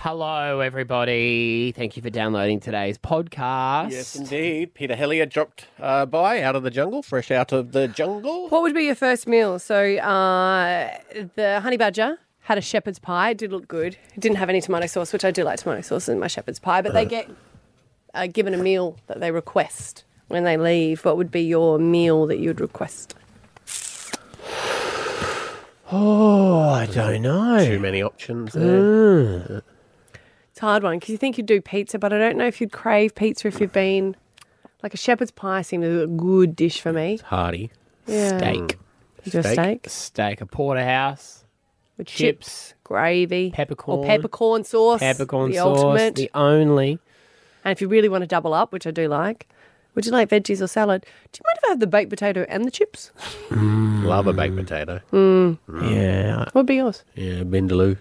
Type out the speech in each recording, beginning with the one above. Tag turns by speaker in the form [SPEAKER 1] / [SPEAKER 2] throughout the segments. [SPEAKER 1] Hello, everybody. Thank you for downloading today's podcast.
[SPEAKER 2] Yes, indeed. Peter Hellier dropped uh, by out of the jungle, fresh out of the jungle.
[SPEAKER 3] What would be your first meal? So uh, the honey badger had a shepherd's pie. It did look good. It didn't have any tomato sauce, which I do like tomato sauce in my shepherd's pie. But they get uh, given a meal that they request when they leave. What would be your meal that you would request?
[SPEAKER 2] Oh, I don't know. Too many options there.
[SPEAKER 3] It's a hard one because you think you'd do pizza, but I don't know if you'd crave pizza if you've been like a shepherd's pie seemed a good dish for me.
[SPEAKER 2] Hardy.
[SPEAKER 3] Yeah.
[SPEAKER 1] Steak.
[SPEAKER 3] You do a
[SPEAKER 2] Steak.
[SPEAKER 3] steak
[SPEAKER 1] Steak, a porterhouse,
[SPEAKER 3] with chips,
[SPEAKER 1] chips,
[SPEAKER 3] gravy,
[SPEAKER 1] Peppercorn.
[SPEAKER 3] or peppercorn sauce.
[SPEAKER 1] peppercorn
[SPEAKER 3] the
[SPEAKER 1] sauce,
[SPEAKER 3] ultimate.
[SPEAKER 1] the only.
[SPEAKER 3] And if you really want to double up, which I do like, would you like veggies or salad? Do you mind if I have the baked potato and the chips?
[SPEAKER 2] Love a baked potato.
[SPEAKER 1] Mm. Yeah.
[SPEAKER 3] What would be yours?
[SPEAKER 2] Yeah, Bindaloo.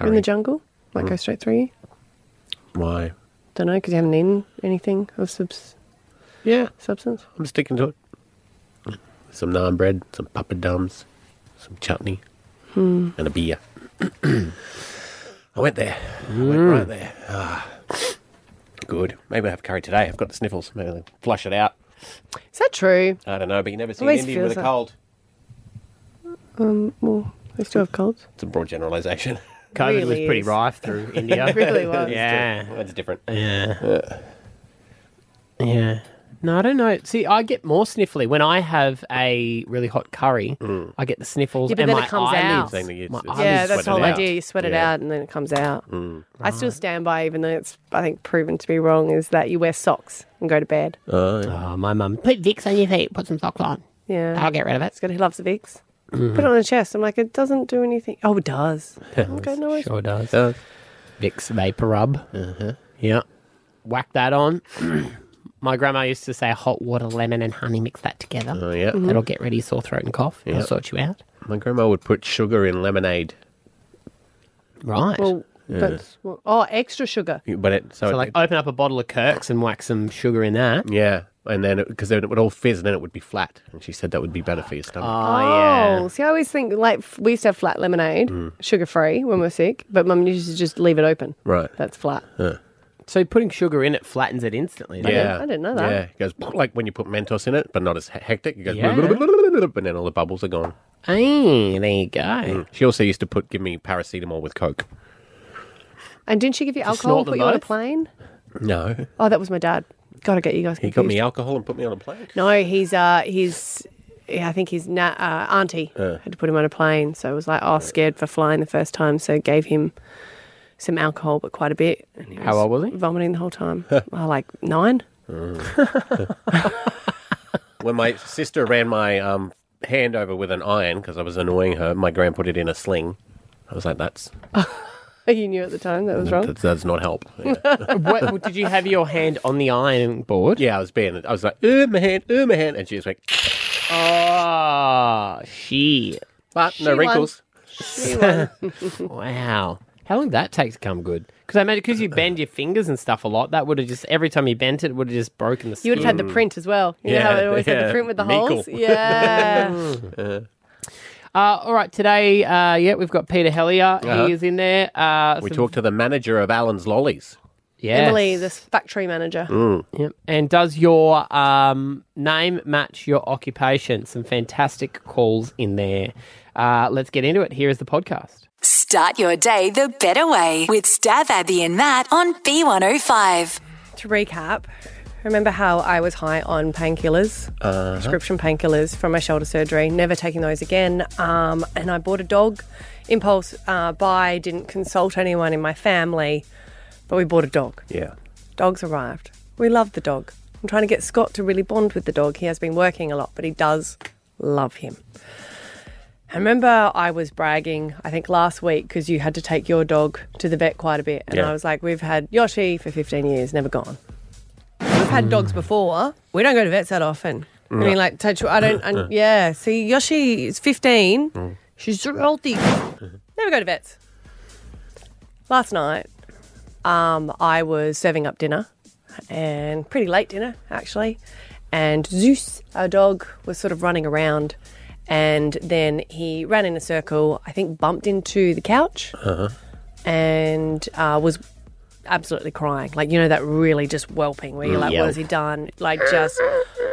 [SPEAKER 3] You're in the jungle? Might
[SPEAKER 1] Mm.
[SPEAKER 3] go straight through you.
[SPEAKER 2] Why?
[SPEAKER 3] Don't know because you haven't eaten anything of subs-
[SPEAKER 2] Yeah,
[SPEAKER 3] substance.
[SPEAKER 2] I'm sticking to it. Some naan bread, some papadums, some chutney, and a beer. I went there. I went right there. Ah, good. Maybe I have curry today. I've got the sniffles. Maybe I'll flush it out.
[SPEAKER 3] Is that true?
[SPEAKER 2] I don't know, but you never see an
[SPEAKER 3] Always
[SPEAKER 2] Indian with
[SPEAKER 3] feels
[SPEAKER 2] a
[SPEAKER 3] like-
[SPEAKER 2] cold.
[SPEAKER 3] Well, they still have colds.
[SPEAKER 2] It's a broad generalisation.
[SPEAKER 1] COVID was
[SPEAKER 3] Really
[SPEAKER 1] pretty
[SPEAKER 3] is.
[SPEAKER 1] rife through India.
[SPEAKER 3] Really was.
[SPEAKER 1] Yeah.
[SPEAKER 2] That's different.
[SPEAKER 1] Yeah. Yeah. No, I don't know. See, I get more sniffly when I have a really hot curry. I get the sniffles
[SPEAKER 3] Yeah, but
[SPEAKER 1] and
[SPEAKER 3] then
[SPEAKER 1] my
[SPEAKER 3] it comes
[SPEAKER 1] eyelids.
[SPEAKER 3] out.
[SPEAKER 2] Saying that it's-
[SPEAKER 1] My
[SPEAKER 2] it's-
[SPEAKER 1] I
[SPEAKER 3] yeah,
[SPEAKER 1] would
[SPEAKER 3] that's
[SPEAKER 1] sweat
[SPEAKER 3] the
[SPEAKER 1] it
[SPEAKER 3] whole
[SPEAKER 1] out. Mm.
[SPEAKER 3] idea. You sweat it
[SPEAKER 2] Yeah.
[SPEAKER 3] out and then it comes out. I still stand by, even though it's, I think, proven to be wrong, is that you wear socks and go to bed.
[SPEAKER 1] Oh, my mum put Vicks on your feet. Put some socks on.
[SPEAKER 3] Yeah.
[SPEAKER 1] I'll get rid of it. Mm-hmm.
[SPEAKER 3] It's got, he loves the Vicks. Put it on the chest. I'm like, it doesn't do anything. Oh, it does. okay, no worries.
[SPEAKER 1] Sure does.
[SPEAKER 2] does.
[SPEAKER 1] Vicks Vapor Rub. Yeah. Whack that on. My grandma used to say hot water, lemon, and honey. Mix that together.
[SPEAKER 2] Oh, yeah.
[SPEAKER 3] Mm-hmm.
[SPEAKER 1] That'll get rid of your sore throat and cough. It'll
[SPEAKER 2] Yep.
[SPEAKER 1] sort you out.
[SPEAKER 2] My grandma would put sugar in lemonade,
[SPEAKER 1] Right.
[SPEAKER 3] Well, that's well, oh, extra sugar.
[SPEAKER 2] but it so,
[SPEAKER 1] so,
[SPEAKER 2] it,
[SPEAKER 1] like, oh. open up a bottle of Kirk's and whack some sugar in that.
[SPEAKER 2] yeah, and then because then it would all fizz and then it would be flat, and she said that would be better for your stomach.
[SPEAKER 1] Oh, yeah. Mm.
[SPEAKER 3] see, I always think like f- we used to have flat lemonade, sugar free when we we're sick, but mum used to just leave it open.
[SPEAKER 2] right.
[SPEAKER 3] That's flat.
[SPEAKER 1] So putting sugar in it flattens it instantly. doesn't
[SPEAKER 2] yeah,
[SPEAKER 3] I didn't know that.
[SPEAKER 2] Yeah, it goes like when you put Mentos in it, but not as he- hectic. It goes,
[SPEAKER 1] Yeah.
[SPEAKER 2] and then all the bubbles are gone.
[SPEAKER 1] it? Hey, there you go.
[SPEAKER 2] She also used to put give me paracetamol with Coke.
[SPEAKER 3] And didn't she give you alcohol
[SPEAKER 1] snort
[SPEAKER 3] and put
[SPEAKER 1] them
[SPEAKER 3] you on a
[SPEAKER 1] both?
[SPEAKER 3] plane?
[SPEAKER 2] No,
[SPEAKER 3] Oh, that was my dad. Gotta get you guys.
[SPEAKER 2] he got me alcohol and put me on a plane.
[SPEAKER 3] No, he's uh, he's. Yeah, I think his na- uh, auntie had to put him on a plane, so it was like, oh, scared for flying the first time, so gave him some alcohol, but quite a bit. And he
[SPEAKER 1] How
[SPEAKER 3] was
[SPEAKER 1] old was he?
[SPEAKER 3] Vomiting the whole time. oh, like nine.
[SPEAKER 2] When my sister ran my um, hand over with an iron because I was annoying her, my grand put it in a sling. I was like, that's
[SPEAKER 3] you knew at the time that was wrong.
[SPEAKER 2] that does not help. Yeah.
[SPEAKER 1] what, did you have your hand on the iron board?
[SPEAKER 2] Yeah, I was being, I was like, oh, my hand, oh, my hand. And she just went,
[SPEAKER 1] Oh, shit.
[SPEAKER 2] but
[SPEAKER 3] She
[SPEAKER 2] no
[SPEAKER 3] won.
[SPEAKER 2] wrinkles.
[SPEAKER 1] Wow. How long did that take to come good? Because I mean, because you bend your fingers and stuff a lot, that would have just every time you bent it, would have just broken the skin.
[SPEAKER 3] You would have had the print as well. You know how
[SPEAKER 2] Mm. Yeah,
[SPEAKER 3] it always had
[SPEAKER 2] yeah.
[SPEAKER 3] the print with the
[SPEAKER 2] Meekle.
[SPEAKER 3] holes? Yeah.
[SPEAKER 1] Uh, all right, today, uh, yeah, we've got Peter Hellier.
[SPEAKER 2] Uh-huh.
[SPEAKER 1] He is in there. Uh,
[SPEAKER 2] We
[SPEAKER 1] some-
[SPEAKER 2] talked to the manager of Alan's Lollies.
[SPEAKER 1] yes.
[SPEAKER 3] Emily, this factory manager.
[SPEAKER 2] Mm.
[SPEAKER 1] Yep. And does your um, name match your occupation? Some fantastic calls in there. Uh, let's get into it. Here is the podcast.
[SPEAKER 4] Start your day the better way with Stab Abby and Matt on B105.
[SPEAKER 3] To recap, remember how I was high on painkillers,
[SPEAKER 2] Uh-huh.
[SPEAKER 3] prescription painkillers from my shoulder surgery, never taking those again. Um, and I bought a dog, impulse uh, buy, didn't consult anyone in my family, but we bought a dog.
[SPEAKER 2] Yeah.
[SPEAKER 3] Dog's arrived. We love the dog. I'm trying to get Scott to really bond with the dog. He has been working a lot, but he does love him. I remember I was bragging, I think last week, because you had to take your dog to the vet quite a bit. And
[SPEAKER 2] Yeah.
[SPEAKER 3] I was like, we've had Yoshi for 15 years, never gone. We've had dogs before. We don't go to vets that often. I mean, like, touch, I don't, I, yeah. See, Yoshi is 15. She's healthy. Never go to vets. Last night, um, I was serving up dinner and pretty late dinner actually. And Zeus, our dog, was sort of running around
[SPEAKER 1] Uh-huh.
[SPEAKER 3] and then he ran in a circle, I think bumped into the couch and uh, was absolutely crying. Like, you know, that really just whelping where you're like,
[SPEAKER 1] Mm, Yelp.
[SPEAKER 3] what has he done? Like, just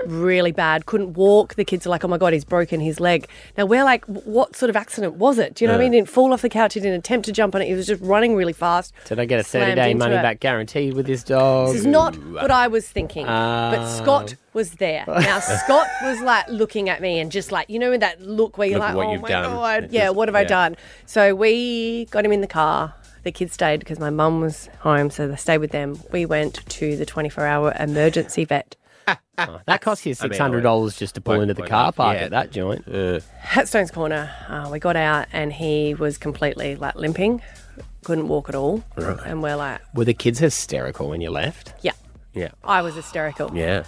[SPEAKER 3] really bad. Couldn't walk. The kids are like, oh my God, he's broken his leg. Now, we're like, "W- what sort of accident was it? Do you know what I mean? He didn't fall off the couch. He didn't attempt to jump on it. He was just running really fast.
[SPEAKER 1] Did I get a
[SPEAKER 3] Slammed
[SPEAKER 1] 30 day
[SPEAKER 3] into
[SPEAKER 1] money
[SPEAKER 3] it.
[SPEAKER 1] back guarantee with this dog?
[SPEAKER 3] This is not what I was thinking. but
[SPEAKER 2] Ah.
[SPEAKER 3] Scott was there. Now Scott was like looking at me and just like you know that look where you're
[SPEAKER 2] Look at
[SPEAKER 3] like,
[SPEAKER 2] what
[SPEAKER 3] oh
[SPEAKER 2] you've
[SPEAKER 3] my
[SPEAKER 2] done."
[SPEAKER 3] god,
[SPEAKER 2] It
[SPEAKER 3] yeah,
[SPEAKER 2] just-
[SPEAKER 3] what have I
[SPEAKER 2] yeah.
[SPEAKER 3] done? So we got him in the car. The kids stayed because my mum was home, so they stayed with them. We went to the 24-hour emergency vet.
[SPEAKER 1] That costs you
[SPEAKER 2] mean,
[SPEAKER 1] six hundred dollars just to pull
[SPEAKER 2] Won't-
[SPEAKER 1] into the
[SPEAKER 2] won't
[SPEAKER 1] car
[SPEAKER 2] laugh.
[SPEAKER 1] park
[SPEAKER 2] Yeah.
[SPEAKER 1] at that joint.
[SPEAKER 2] Uh,
[SPEAKER 3] At Stone's Corner, uh, we got out and he was completely like limping, couldn't walk at all, and we're like,
[SPEAKER 1] Were the kids hysterical when you left?
[SPEAKER 3] yeah,
[SPEAKER 2] Yeah.
[SPEAKER 3] I was hysterical.
[SPEAKER 2] Yeah.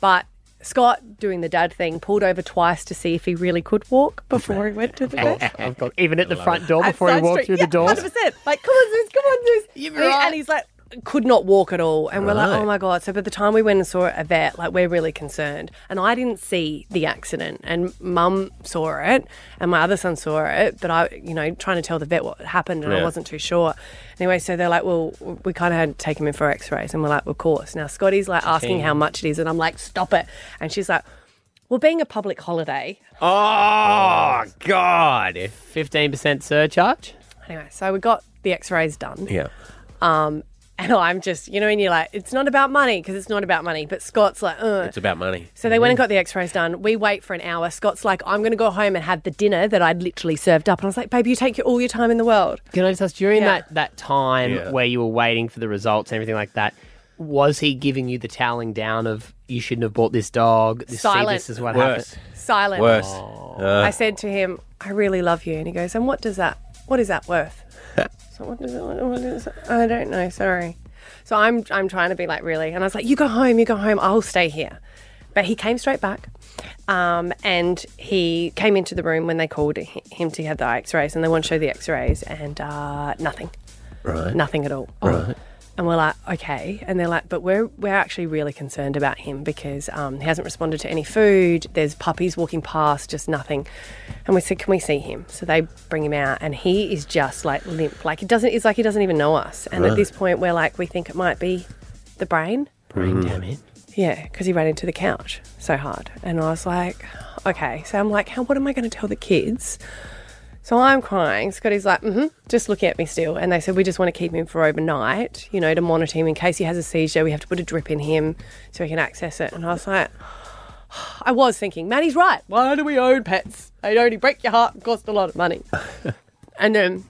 [SPEAKER 3] But Scott, doing the dad thing, pulled over twice to see if he really could walk before he went to the vet.
[SPEAKER 1] I've got, even at the front door
[SPEAKER 3] At
[SPEAKER 1] before he
[SPEAKER 3] Side
[SPEAKER 1] walked
[SPEAKER 3] Street.
[SPEAKER 1] through
[SPEAKER 3] yeah,
[SPEAKER 1] the door.
[SPEAKER 3] 100%. Like, come on, Zeus, come on, Zeus.
[SPEAKER 1] You'll be
[SPEAKER 3] and, he-
[SPEAKER 1] right.
[SPEAKER 3] and he's like, could not walk at all. And we're
[SPEAKER 2] Right.
[SPEAKER 3] like, oh my God. So by the time we went and saw a vet, like, we're really concerned. And I didn't see the accident. And mum saw it, and my other son saw it. But I, you know, trying to tell the vet what happened, and
[SPEAKER 2] Yeah.
[SPEAKER 3] I wasn't too sure. Anyway, so they're like, well, we kind of had to take him in for x rays. And we're like, of course. Now, Scotty's like asking how much it is. And I'm like, stop it. And she's like, well, being a public holiday,
[SPEAKER 2] Oh, God.
[SPEAKER 1] Fifteen percent surcharge.
[SPEAKER 3] Anyway, so we got the x-rays done.
[SPEAKER 2] Yeah.
[SPEAKER 3] And I'm just, you know, and you're like, it's not about money because it's not about money. But Scott's like, Ugh.
[SPEAKER 2] It's about money.
[SPEAKER 3] So they went and got the x-rays done. We wait for an hour. Scott's like, I'm going to go home and have the dinner that I'd literally served up. And I was like, babe, you take your, all your time in the world.
[SPEAKER 1] Can I just ask during
[SPEAKER 3] Yeah.
[SPEAKER 1] that that time
[SPEAKER 2] Yeah.
[SPEAKER 1] where you were waiting for the results and everything like that? Was he giving you the toweling down of you shouldn't have bought this dog? This, see,
[SPEAKER 3] Silent.
[SPEAKER 1] this is what
[SPEAKER 2] Worse.
[SPEAKER 1] happened.
[SPEAKER 3] Silent.
[SPEAKER 2] Worse. Uh,
[SPEAKER 3] I said to him, I really love you. And he goes, and what does that, what is that worth? so what does it, what is it? I don't know. Sorry. So I'm, I'm trying to be like, really? And I was like, you go home, you go home. I'll stay here. But he came straight back. Um, and he came into the room when they called hi- him to have the x-rays and they want to show the x-rays and uh, nothing.
[SPEAKER 2] Right.
[SPEAKER 3] Nothing at all. And we're like, okay. And they're like, but we're we're actually really concerned about him because um, he hasn't responded to any food. There's puppies walking past, just nothing. And we said, can we see him? So they bring him out, and he is just like limp, like he doesn't. It's like he doesn't even know us. And at this point, we're like, we think it might be the brain.
[SPEAKER 1] Brain damage.
[SPEAKER 3] Yeah, because he ran into the couch so hard. And I was like, okay. So I'm like, how, what am I going to tell the kids? So I'm crying. Scotty's like, mm hmm, just looking at me still. And they said, we just want to keep him for overnight, you know, to monitor him in case he has a seizure. We have to put a drip in him so he can access it. And I was like, I was thinking, Maddie's right. Why do we own pets? They only break your heart and cost a lot of money. and um,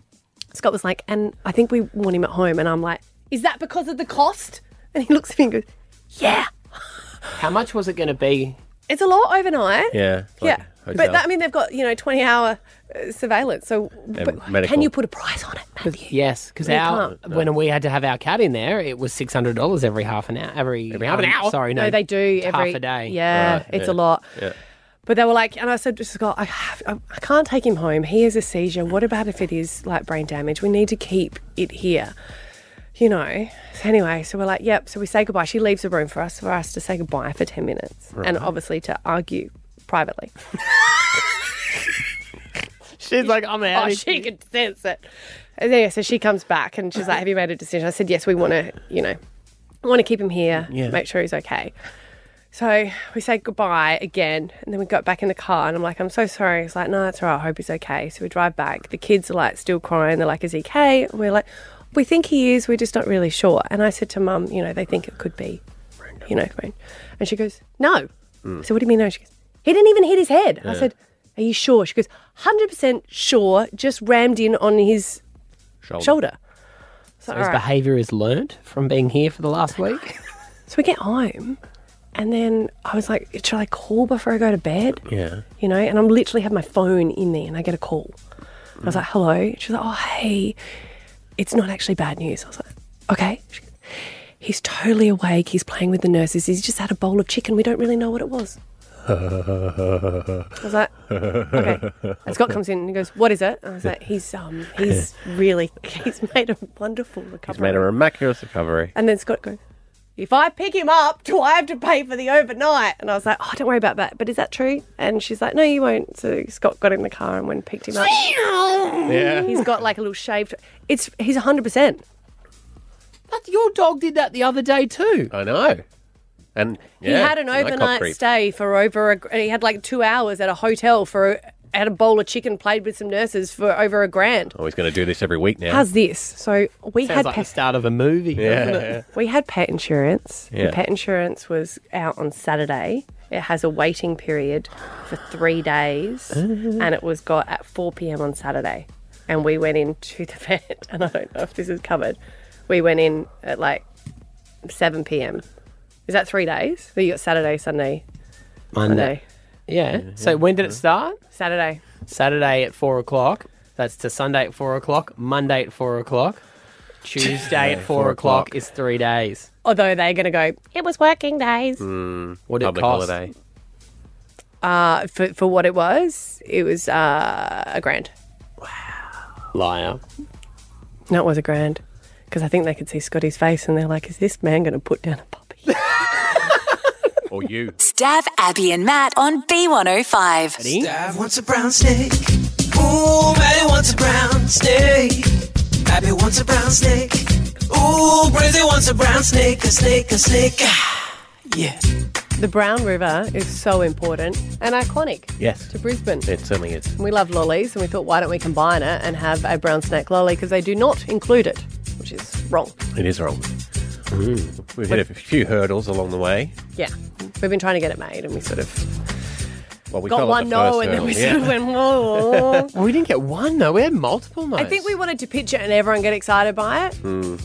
[SPEAKER 3] Scott was like, and I think we want him at home. And I'm like, is that because of the cost? And he looks at me and goes, yeah.
[SPEAKER 1] How much was it going to be?
[SPEAKER 3] It's a lot overnight.
[SPEAKER 2] Yeah. it's like
[SPEAKER 3] Yeah.
[SPEAKER 2] a hotel.
[SPEAKER 3] But that, I mean, they've got, you know, 20 hour uh, surveillance. So but
[SPEAKER 2] medical.
[SPEAKER 3] can you put a price on it, Matthew?
[SPEAKER 1] Yes, because
[SPEAKER 3] You
[SPEAKER 1] our when we had to have our cat in there, it was six hundred dollars every half an hour. Every, um,
[SPEAKER 2] half an hour?
[SPEAKER 1] Sorry, no,
[SPEAKER 3] No, they do
[SPEAKER 1] half
[SPEAKER 3] every
[SPEAKER 1] a day.
[SPEAKER 3] Yeah,
[SPEAKER 2] Right,
[SPEAKER 3] it's
[SPEAKER 2] yeah.
[SPEAKER 3] a lot.
[SPEAKER 2] Yeah.
[SPEAKER 3] But they were like, and I said to Scott, I, have, I I can't take him home. He has a seizure. What about if it is like brain damage? We need to keep it here, you know. So anyway, so we're like, yep. So we say goodbye. She leaves the room for us for us to say goodbye for ten minutes, and obviously to argue privately.
[SPEAKER 1] She's like, I'm out.
[SPEAKER 3] Oh, she could sense it. And then, Uh, yeah, so she comes back and she's like, "Have you made a decision?" I said, "Yes, we want to, you know, want to keep him here,
[SPEAKER 2] Yeah.
[SPEAKER 3] make sure he's okay." So we say goodbye again, and then we got back in the car, and I'm like, "I'm so sorry." He's like, "No, it's all right. I hope he's okay." So we drive back. The kids are like still crying. They're like, "Is he okay?" And we're like, "We think he is. We're just not really sure." And I said to Mum, "You know, they think it could be, you know, brain." And she goes, "No." So what do you mean no? She goes, "He didn't even hit his head." I said, "Are you sure?" She goes, "100% sure. Just rammed in on his
[SPEAKER 2] Shoulder.
[SPEAKER 3] shoulder." So,
[SPEAKER 1] His
[SPEAKER 3] all right.
[SPEAKER 1] behaviour is learnt from being here for the last week.
[SPEAKER 3] So we get home, and then I was like, "Should I call before I go to bed?"
[SPEAKER 2] Yeah.
[SPEAKER 3] you know, and I'm literally have my phone in there and I get a call. I was like, hello. She's like, oh, hey, it's not actually bad news. I was like, okay. She goes, He's totally awake. He's playing with the nurses. He's just had a bowl of chicken. We don't really know what it was. I was like, okay. And Scott comes in and he goes, what is it? And I was like, he's um, he's really, he's made a wonderful recovery.
[SPEAKER 2] He's made a miraculous recovery.
[SPEAKER 3] and then Scott goes, if I pick him up, do I have to pay for the overnight? And I was like, oh, don't worry about that. But is that true? And she's like, no, you won't. So Scott got in the car and went and picked him up.
[SPEAKER 1] Yeah.
[SPEAKER 3] He's got like a little shaved. It's he's hundred percent.
[SPEAKER 1] But your dog did that the other day too.
[SPEAKER 2] I know. And
[SPEAKER 3] He
[SPEAKER 2] yeah,
[SPEAKER 3] had an
[SPEAKER 2] and I cop
[SPEAKER 3] overnight
[SPEAKER 2] creep.
[SPEAKER 3] stay for over. A, and he had like two hours at a hotel for had a bowl of chicken, played with some nurses for over a grand.
[SPEAKER 2] Oh, he's going to do this every week now.
[SPEAKER 3] How's this? So we
[SPEAKER 1] Sounds
[SPEAKER 3] had
[SPEAKER 1] like
[SPEAKER 3] pet,
[SPEAKER 1] the start of a movie.
[SPEAKER 2] yeah.
[SPEAKER 1] doesn't it?
[SPEAKER 3] we had pet insurance.
[SPEAKER 2] Yeah.
[SPEAKER 3] The pet insurance was out on Saturday. It has a waiting period for three days, and it was got at four pm on Saturday. And we went into the vet, and I don't know if this is covered. We went in at like seven pm. Is that three days? So you got Saturday, Sunday, Monday.
[SPEAKER 1] Yeah. So when did it start?
[SPEAKER 3] Saturday.
[SPEAKER 1] Saturday at four o'clock. That's to Sunday at four o'clock. Monday at four o'clock. Tuesday at four o'clock is three days.
[SPEAKER 3] Although they're going to go, it was working days.
[SPEAKER 1] What did it
[SPEAKER 2] Public
[SPEAKER 1] cost?
[SPEAKER 2] holiday.
[SPEAKER 3] Uh, for, for what it was, it was uh, a grand.
[SPEAKER 1] Liar.
[SPEAKER 3] No, it was a grand. Because I think they could see Scotty's face and they're like, is this man going to put down a puppy?
[SPEAKER 2] Or you.
[SPEAKER 4] Stab Abby and Matt on B105.
[SPEAKER 5] Stav wants a brown snake. Ooh, Maddie wants a brown snake. Abby wants a brown snake. Ooh, Brizzy wants a brown snake. A snake, a snake. Ah, yeah.
[SPEAKER 3] the Brown River is so important and iconic
[SPEAKER 2] Yes.
[SPEAKER 3] to Brisbane.
[SPEAKER 2] It certainly is.
[SPEAKER 3] We love lollies and we thought, why don't we combine it and have a brown snake lolly? Because they do not include it, which is wrong.
[SPEAKER 2] It is wrong.
[SPEAKER 1] Mm.
[SPEAKER 2] We've hit a few hurdles along the way.
[SPEAKER 3] Yeah. We've been trying to get it made and we sort of
[SPEAKER 2] Well, we
[SPEAKER 3] got
[SPEAKER 2] call
[SPEAKER 3] one
[SPEAKER 2] it the first
[SPEAKER 3] no and then
[SPEAKER 2] hurdle.
[SPEAKER 3] we
[SPEAKER 2] yeah.
[SPEAKER 3] sort of went, whoa.
[SPEAKER 1] Well, we didn't get one though. We had multiple no's.
[SPEAKER 3] I think we wanted to pitch it and everyone get excited by it.
[SPEAKER 2] Hmm.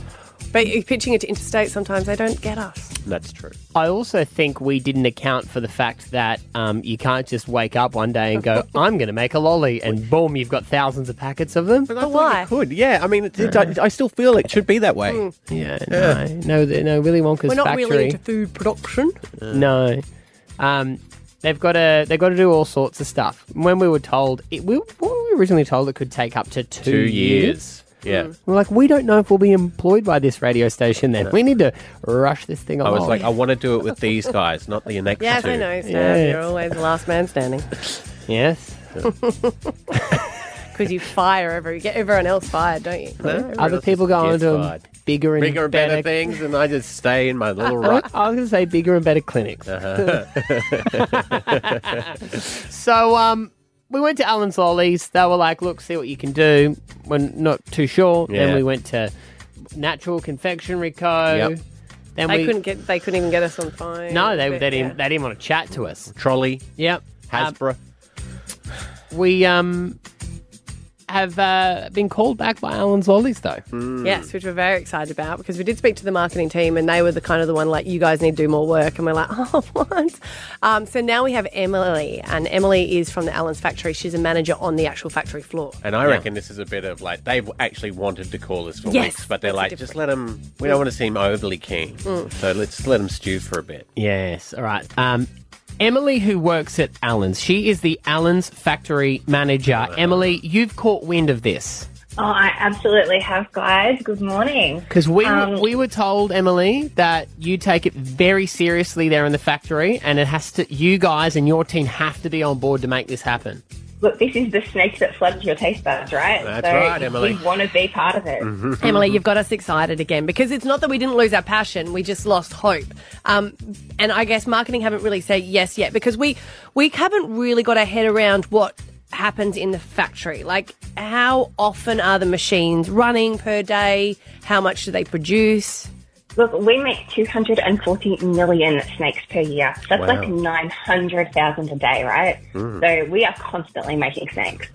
[SPEAKER 3] But you're pitching it to interstate, sometimes they don't get us.
[SPEAKER 2] That's true.
[SPEAKER 1] I also think we didn't account for the fact that um, you can't just wake up one day and go, "I'm going to make a lolly," and boom, you've got thousands of packets of them.
[SPEAKER 3] But why?
[SPEAKER 2] Could, yeah. I mean, it, it, I, I still feel it should be that way.
[SPEAKER 3] Mm.
[SPEAKER 1] Yeah, no, no, th- no. Willy Wonka's
[SPEAKER 3] We're not
[SPEAKER 1] factory.
[SPEAKER 3] really into food production.
[SPEAKER 1] No, um, they've got to they've got to do all sorts of stuff. When we were told, it, we, we were originally told it could take up to two,
[SPEAKER 2] Two years. Yeah.
[SPEAKER 3] Mm.
[SPEAKER 1] We're like, we don't know if we'll be employed by this radio station. Then we need to rush this thing
[SPEAKER 2] I
[SPEAKER 1] along.
[SPEAKER 2] was like, I want to do it with these guys, not the next
[SPEAKER 3] Yes,
[SPEAKER 2] two.
[SPEAKER 3] I know, Snav.
[SPEAKER 1] Yes.
[SPEAKER 3] You're always the last man standing
[SPEAKER 1] yes.
[SPEAKER 3] because you fire every, you get everyone else fired, don't you?
[SPEAKER 1] Other people go on
[SPEAKER 2] gets
[SPEAKER 1] to
[SPEAKER 2] fired.
[SPEAKER 1] bigger and
[SPEAKER 2] Bigger and better, things, and I just stay in my little rut.
[SPEAKER 1] I was going to say bigger and better clinics. so um, we went to Alan's Lollies. They were like, look, see what you can do. We're not too sure. Then
[SPEAKER 2] Yeah.
[SPEAKER 1] we went to Natural Confectionery Co.
[SPEAKER 2] Yep.
[SPEAKER 1] Then
[SPEAKER 3] They
[SPEAKER 1] we
[SPEAKER 3] couldn't get, they couldn't even get us on phone.
[SPEAKER 1] no, they,
[SPEAKER 3] But,
[SPEAKER 1] they didn't.
[SPEAKER 3] yeah.
[SPEAKER 1] They didn't want to chat to us.
[SPEAKER 2] Trolley,
[SPEAKER 1] Yep. Um,
[SPEAKER 2] Hasbro.
[SPEAKER 1] we um have uh, been called back by Alan's Lollies though.
[SPEAKER 3] Yes, which we're very excited about because we did speak to the marketing team and they were the kind of the one like, you guys need to do more work. And we're like, oh, what? Um, so now we have Emily, and Emily is from the Allen's factory. She's a manager on the actual factory floor.
[SPEAKER 2] And I reckon this is a bit of like they've actually wanted to call us for
[SPEAKER 3] Yes,
[SPEAKER 2] weeks, but they're
[SPEAKER 3] that's a Mm.
[SPEAKER 2] like, just let them. We don't want to seem overly keen, so let's just let them stew for a bit.
[SPEAKER 1] Yes. All right. Um, Emily, who works at Allen's, she is the Allen's factory manager. Emily, you've caught wind of this
[SPEAKER 6] Oh, I absolutely have, guys. Good morning.
[SPEAKER 1] because we
[SPEAKER 6] Um,
[SPEAKER 1] we were told, Emily, that you take it very seriously there in the factory, and it has to. You guys and your team have to be on board to make this happen.
[SPEAKER 6] Look, this is the snake that floods your taste buds, right?
[SPEAKER 2] That's
[SPEAKER 6] so
[SPEAKER 2] right, Emily. Mm-hmm.
[SPEAKER 6] We want to be part of it.
[SPEAKER 3] Emily, you've got us excited again because it's not that we didn't lose our passion, we just lost hope. Um, and I guess marketing haven't really said yes yet because we we haven't really got our head around what happens in the factory. Like how often are the machines running per day? How much do they produce?
[SPEAKER 6] Look, we make 240 million snakes per year. That's
[SPEAKER 2] Wow. Mm.
[SPEAKER 6] like 900,000 a day, right? So we are constantly making snakes.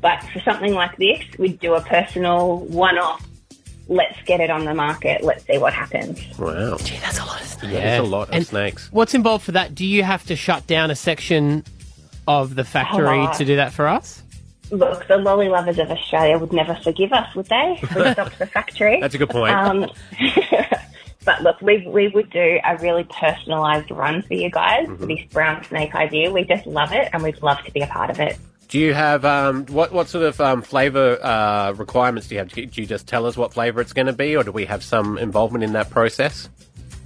[SPEAKER 6] But for something like this, we'd do a personal one off. Let's get it on the market. Let's see what happens.
[SPEAKER 2] Wow,
[SPEAKER 3] That's a lot of stuff.
[SPEAKER 2] that's a lot of
[SPEAKER 1] And
[SPEAKER 2] snakes.
[SPEAKER 1] What's involved for that? Do you have to shut down a section of the factory
[SPEAKER 6] lot.
[SPEAKER 1] to do that for us?
[SPEAKER 6] Look, the lolly lovers of Australia would never forgive us, would they? If We stopped the factory.
[SPEAKER 2] That's a good point.
[SPEAKER 6] Um, but look, we, we would do a really personalised run for you guys
[SPEAKER 2] Mm-hmm.
[SPEAKER 6] for this brown snake idea. We just love it and we'd love to be a part of it.
[SPEAKER 2] do you have um, what what sort of um, flavor uh, requirements do you have? Do you do you just tell us what flavor it's going to be, or do we have some involvement in that process?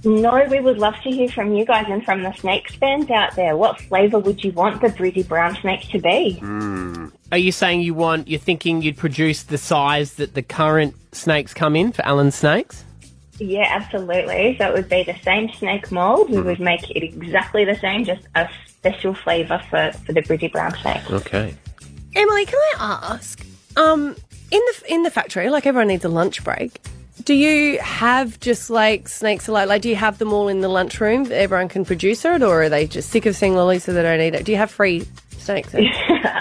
[SPEAKER 6] No, we would love to hear from you guys and from the snakes fans out there. What flavour would you want the Brizzy Brown snake to be?
[SPEAKER 2] Mm-hmm.
[SPEAKER 1] Are you saying you want? You're thinking you'd produce the size that the current snakes come in for Allen snakes?
[SPEAKER 6] Yeah, absolutely. So it would be the same snake mold.
[SPEAKER 2] Mm-hmm.
[SPEAKER 6] We would make it exactly the same, just a special flavour for, for the Brizzy Brown snake.
[SPEAKER 2] Okay.
[SPEAKER 3] Emily, can I ask? Um, in the in the factory, like everyone needs a lunch break. Do you have just like snakes alive? Like, do you have them all in the lunchroom? that Everyone can produce it, or are they just sick of seeing lollies so they don't eat it? Do you have free snakes?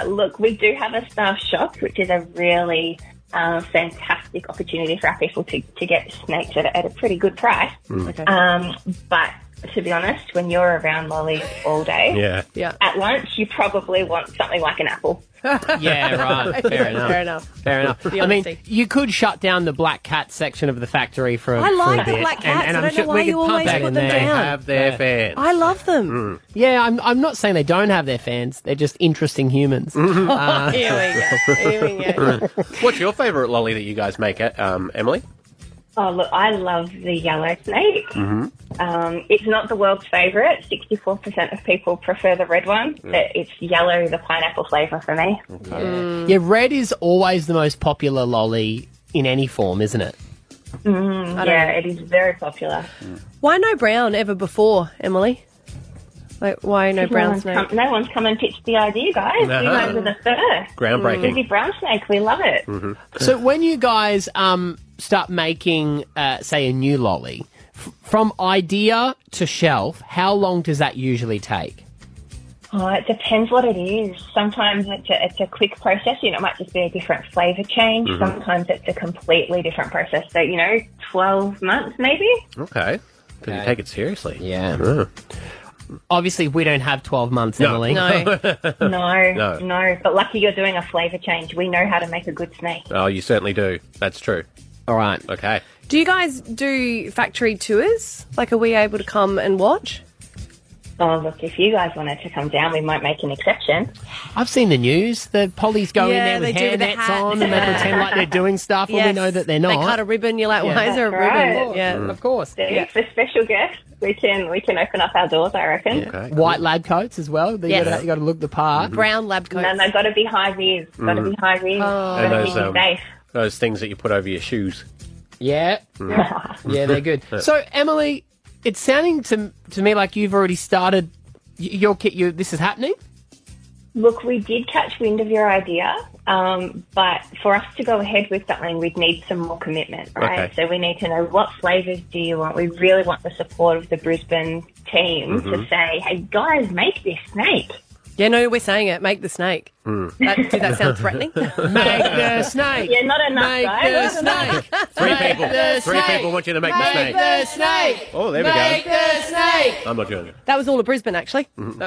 [SPEAKER 6] Look, we do have a staff shop, which is a really uh, fantastic opportunity for our people to, to get snakes at a, at a pretty good price.
[SPEAKER 2] Mm.
[SPEAKER 3] Okay.
[SPEAKER 6] Um, but to be honest, when you're around lollies all day,
[SPEAKER 2] Yeah.
[SPEAKER 3] yeah.
[SPEAKER 6] at lunch you probably want something like an apple.
[SPEAKER 1] Yeah, right. Fair enough.
[SPEAKER 3] Fair enough.
[SPEAKER 1] Fair enough. I mean,
[SPEAKER 3] honesty.
[SPEAKER 1] you could shut down the black cat section of the factory for. a-
[SPEAKER 3] I like
[SPEAKER 1] for a
[SPEAKER 3] the
[SPEAKER 1] bit.
[SPEAKER 3] black cats. I don't know why
[SPEAKER 1] we could
[SPEAKER 3] you
[SPEAKER 1] pump
[SPEAKER 3] always
[SPEAKER 1] that
[SPEAKER 3] put
[SPEAKER 1] in
[SPEAKER 3] them
[SPEAKER 1] there.
[SPEAKER 3] down.
[SPEAKER 2] Have their fans.
[SPEAKER 3] I love them.
[SPEAKER 1] Yeah, I'm. I'm not saying they don't have their fans. They're just interesting humans.
[SPEAKER 3] Mm-hmm. Here we go. Here we go.
[SPEAKER 2] What's your favourite lolly that you guys make, eh, um, Emily?
[SPEAKER 3] Mm.
[SPEAKER 6] Oh, look, I love the yellow snake.
[SPEAKER 2] Mm-hmm.
[SPEAKER 6] Um, it's not the world's favourite. 64% of people prefer the red one, but it's yellow, the pineapple flavour for me.
[SPEAKER 1] Yeah, red is always the most popular lolly in any form, isn't it?
[SPEAKER 6] Yeah, it is very popular.
[SPEAKER 3] Why no brown ever before, Emily? Like, why no brown
[SPEAKER 6] no, one's
[SPEAKER 3] snake?
[SPEAKER 6] come, no one's come and pitched the idea, guys. You
[SPEAKER 2] No.
[SPEAKER 6] guys are the first.
[SPEAKER 2] Groundbreaking.
[SPEAKER 6] Busy brown snake, we love it.
[SPEAKER 2] Mm-hmm.
[SPEAKER 1] So when you guys um, start making, uh, say, a new lolly, f- from idea to shelf, how long does that usually take?
[SPEAKER 6] Oh, it depends what it is. Sometimes it's a, it's a quick process. You know, it might just be a different flavour change.
[SPEAKER 2] Mm-hmm.
[SPEAKER 6] Sometimes it's a completely different process. So, you know, 12 months maybe?
[SPEAKER 2] Okay. Because you take it seriously.
[SPEAKER 1] Yeah.
[SPEAKER 2] Mm.
[SPEAKER 1] Obviously, we don't have 12 months, Emily.
[SPEAKER 3] No.
[SPEAKER 6] No,
[SPEAKER 2] No.
[SPEAKER 6] no, But lucky you're doing a flavour change. We know how to make a good snake.
[SPEAKER 2] Oh, you certainly do. That's true.
[SPEAKER 1] All right.
[SPEAKER 2] Okay.
[SPEAKER 3] Do you guys do factory tours? Like, are we able to come and watch?
[SPEAKER 6] Oh, look, if you guys wanted to come down, we might make an exception.
[SPEAKER 1] I've seen the news. The pollies go
[SPEAKER 3] Yeah,
[SPEAKER 1] in there with
[SPEAKER 3] they do
[SPEAKER 1] hair
[SPEAKER 3] with the
[SPEAKER 1] nets
[SPEAKER 3] hat.
[SPEAKER 1] on and they pretend like they're doing stuff when we know that they're
[SPEAKER 3] They cut
[SPEAKER 1] not. Mm.
[SPEAKER 3] a ribbon. You're like, why is there a
[SPEAKER 6] That's right.
[SPEAKER 3] ribbon? Yeah.
[SPEAKER 1] Of course.
[SPEAKER 6] So For special guests, we can we can open up our doors, I reckon.
[SPEAKER 2] Okay.
[SPEAKER 1] White lab coats as well. You
[SPEAKER 3] Yes. Mm-hmm.
[SPEAKER 1] gotta, you got to look the part.
[SPEAKER 3] Brown lab coats.
[SPEAKER 6] And they've got to be high vis. Got to be high vis.
[SPEAKER 2] Mm-hmm. And
[SPEAKER 6] Gotta
[SPEAKER 2] those,
[SPEAKER 6] keep you
[SPEAKER 2] um,
[SPEAKER 6] safe.
[SPEAKER 2] Those things that you put over your shoes.
[SPEAKER 1] Yeah. yeah, they're good. So, Emily, it's sounding to to me like you've already started y- your kit. You this is happening.
[SPEAKER 6] Look, we did catch wind of your idea, um, but for us to go ahead with something, we'd need some more commitment, right?
[SPEAKER 2] Okay.
[SPEAKER 6] So we need to know what flavours do you want. We really want the support of the Brisbane team to say, "Hey guys, make this snake."
[SPEAKER 3] Yeah, no, we're saying it. Make the snake. That, did that sound threatening?
[SPEAKER 1] Mm. Make the snake.
[SPEAKER 6] Yeah, not enough,
[SPEAKER 1] Make
[SPEAKER 6] guys.
[SPEAKER 1] the snake.
[SPEAKER 2] Three people.
[SPEAKER 1] the
[SPEAKER 2] Three
[SPEAKER 1] snake.
[SPEAKER 2] people want you to make, the
[SPEAKER 1] Make
[SPEAKER 2] snake.
[SPEAKER 1] the snake.
[SPEAKER 2] Oh, there we
[SPEAKER 1] Make
[SPEAKER 2] go.
[SPEAKER 1] the snake.
[SPEAKER 2] I'm not doing it.
[SPEAKER 3] that was all of Brisbane, actually.
[SPEAKER 1] Mm-hmm.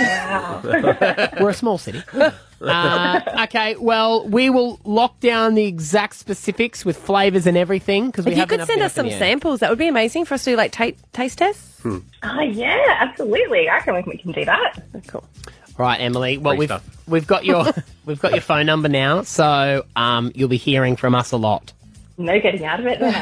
[SPEAKER 1] We're a small city. Uh, okay, well, we will lock down the exact specifics with flavours and everything because we
[SPEAKER 3] If you
[SPEAKER 1] haven't
[SPEAKER 3] could send
[SPEAKER 1] updated
[SPEAKER 3] us some
[SPEAKER 1] them yet.
[SPEAKER 3] samples, that would be amazing for us to do like ta- taste tests.
[SPEAKER 6] Oh yeah, absolutely. I reckon we can- we can do that.
[SPEAKER 3] Cool.
[SPEAKER 1] All Right, Emily. Well,
[SPEAKER 2] Free
[SPEAKER 1] we've
[SPEAKER 2] stuff.
[SPEAKER 1] we've got your we've got your phone number now, so um, you'll be hearing from us a lot.
[SPEAKER 6] No getting out of it. Then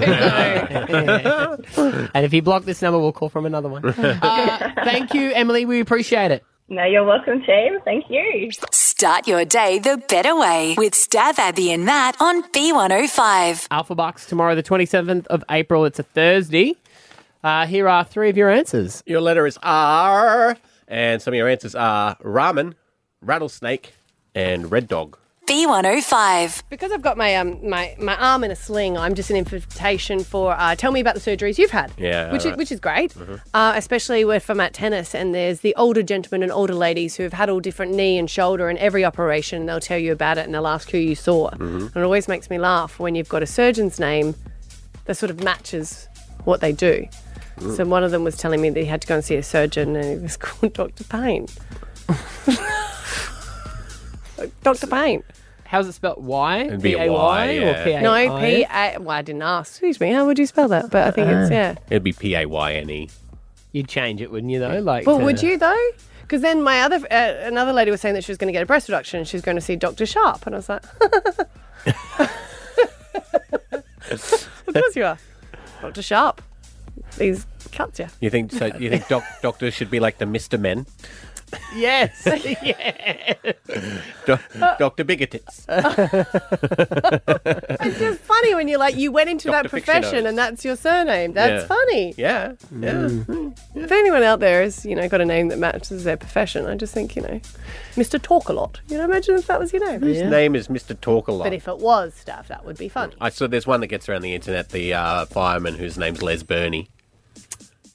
[SPEAKER 6] I hear.
[SPEAKER 1] And if you block this number, we'll call from another one. Uh, thank you, Emily. We appreciate it.
[SPEAKER 6] no, you're welcome, team. Thank you.
[SPEAKER 4] Start your day the better way with Stab Abby and Matt on B105.
[SPEAKER 1] Alpha Bucks tomorrow, the 27th of April. It's a Thursday. Uh, here are three of your answers.
[SPEAKER 2] Your letter is R, and some of your answers are ramen, rattlesnake, and red dog.
[SPEAKER 4] B105.
[SPEAKER 3] Because I've got my um my, my arm in a sling, I'm just an invitation for uh, tell me about the surgeries you've had.
[SPEAKER 2] Yeah,
[SPEAKER 3] which
[SPEAKER 2] alright.
[SPEAKER 3] is,
[SPEAKER 2] Mm-hmm.
[SPEAKER 3] which is great, uh, especially if I'm at tennis and there's the older gentlemen and older ladies who have had all different knee and shoulder and every operation. They'll tell you about it and they'll ask who you saw.
[SPEAKER 2] Mm-hmm.
[SPEAKER 3] And it always makes me laugh when you've got a surgeon's name that sort of matches what they do.
[SPEAKER 2] Mm.
[SPEAKER 3] So one of them was telling me that he had to go and see a surgeon and it was called Doctor Payne. Doctor Payne.
[SPEAKER 1] How's it spelled? Y?
[SPEAKER 2] be a Y,
[SPEAKER 1] or
[SPEAKER 2] yeah.
[SPEAKER 1] P A?
[SPEAKER 3] No, P A. Well, I Oh, didn't ask. Excuse me. How would you spell that? But I think it's yeah.
[SPEAKER 2] It'd be P A Y N E.
[SPEAKER 1] You'd change it, wouldn't you, though? Like, uh,
[SPEAKER 3] But
[SPEAKER 1] to-
[SPEAKER 3] would you though? Because then my other uh, another lady was saying that she was going to get a breast reduction. and She was going to see Doctor Sharp, and I was like, "Of course you are, Doctor Sharp." These cuts, yeah.
[SPEAKER 2] You think so? You think doc, doctors should be like the Mister Men,
[SPEAKER 1] Yes. yeah.
[SPEAKER 2] Do- Doctor Bigotits?
[SPEAKER 3] It's just funny when you're like, you went into that
[SPEAKER 2] Dr.
[SPEAKER 3] profession
[SPEAKER 2] Fictionos.
[SPEAKER 3] and that's your surname. That's
[SPEAKER 2] Yeah.
[SPEAKER 3] funny.
[SPEAKER 2] Yeah, yeah.
[SPEAKER 3] If anyone out there has, you know, got a name that matches their profession, I just think, you know, Mr. Talk a lot. You know, imagine if that was your name.
[SPEAKER 2] His name is Mister Talk a lot.
[SPEAKER 3] But if it was stuff, that would be funny.
[SPEAKER 2] I saw there's one that gets around the internet, the uh, fireman whose name's Les Burney.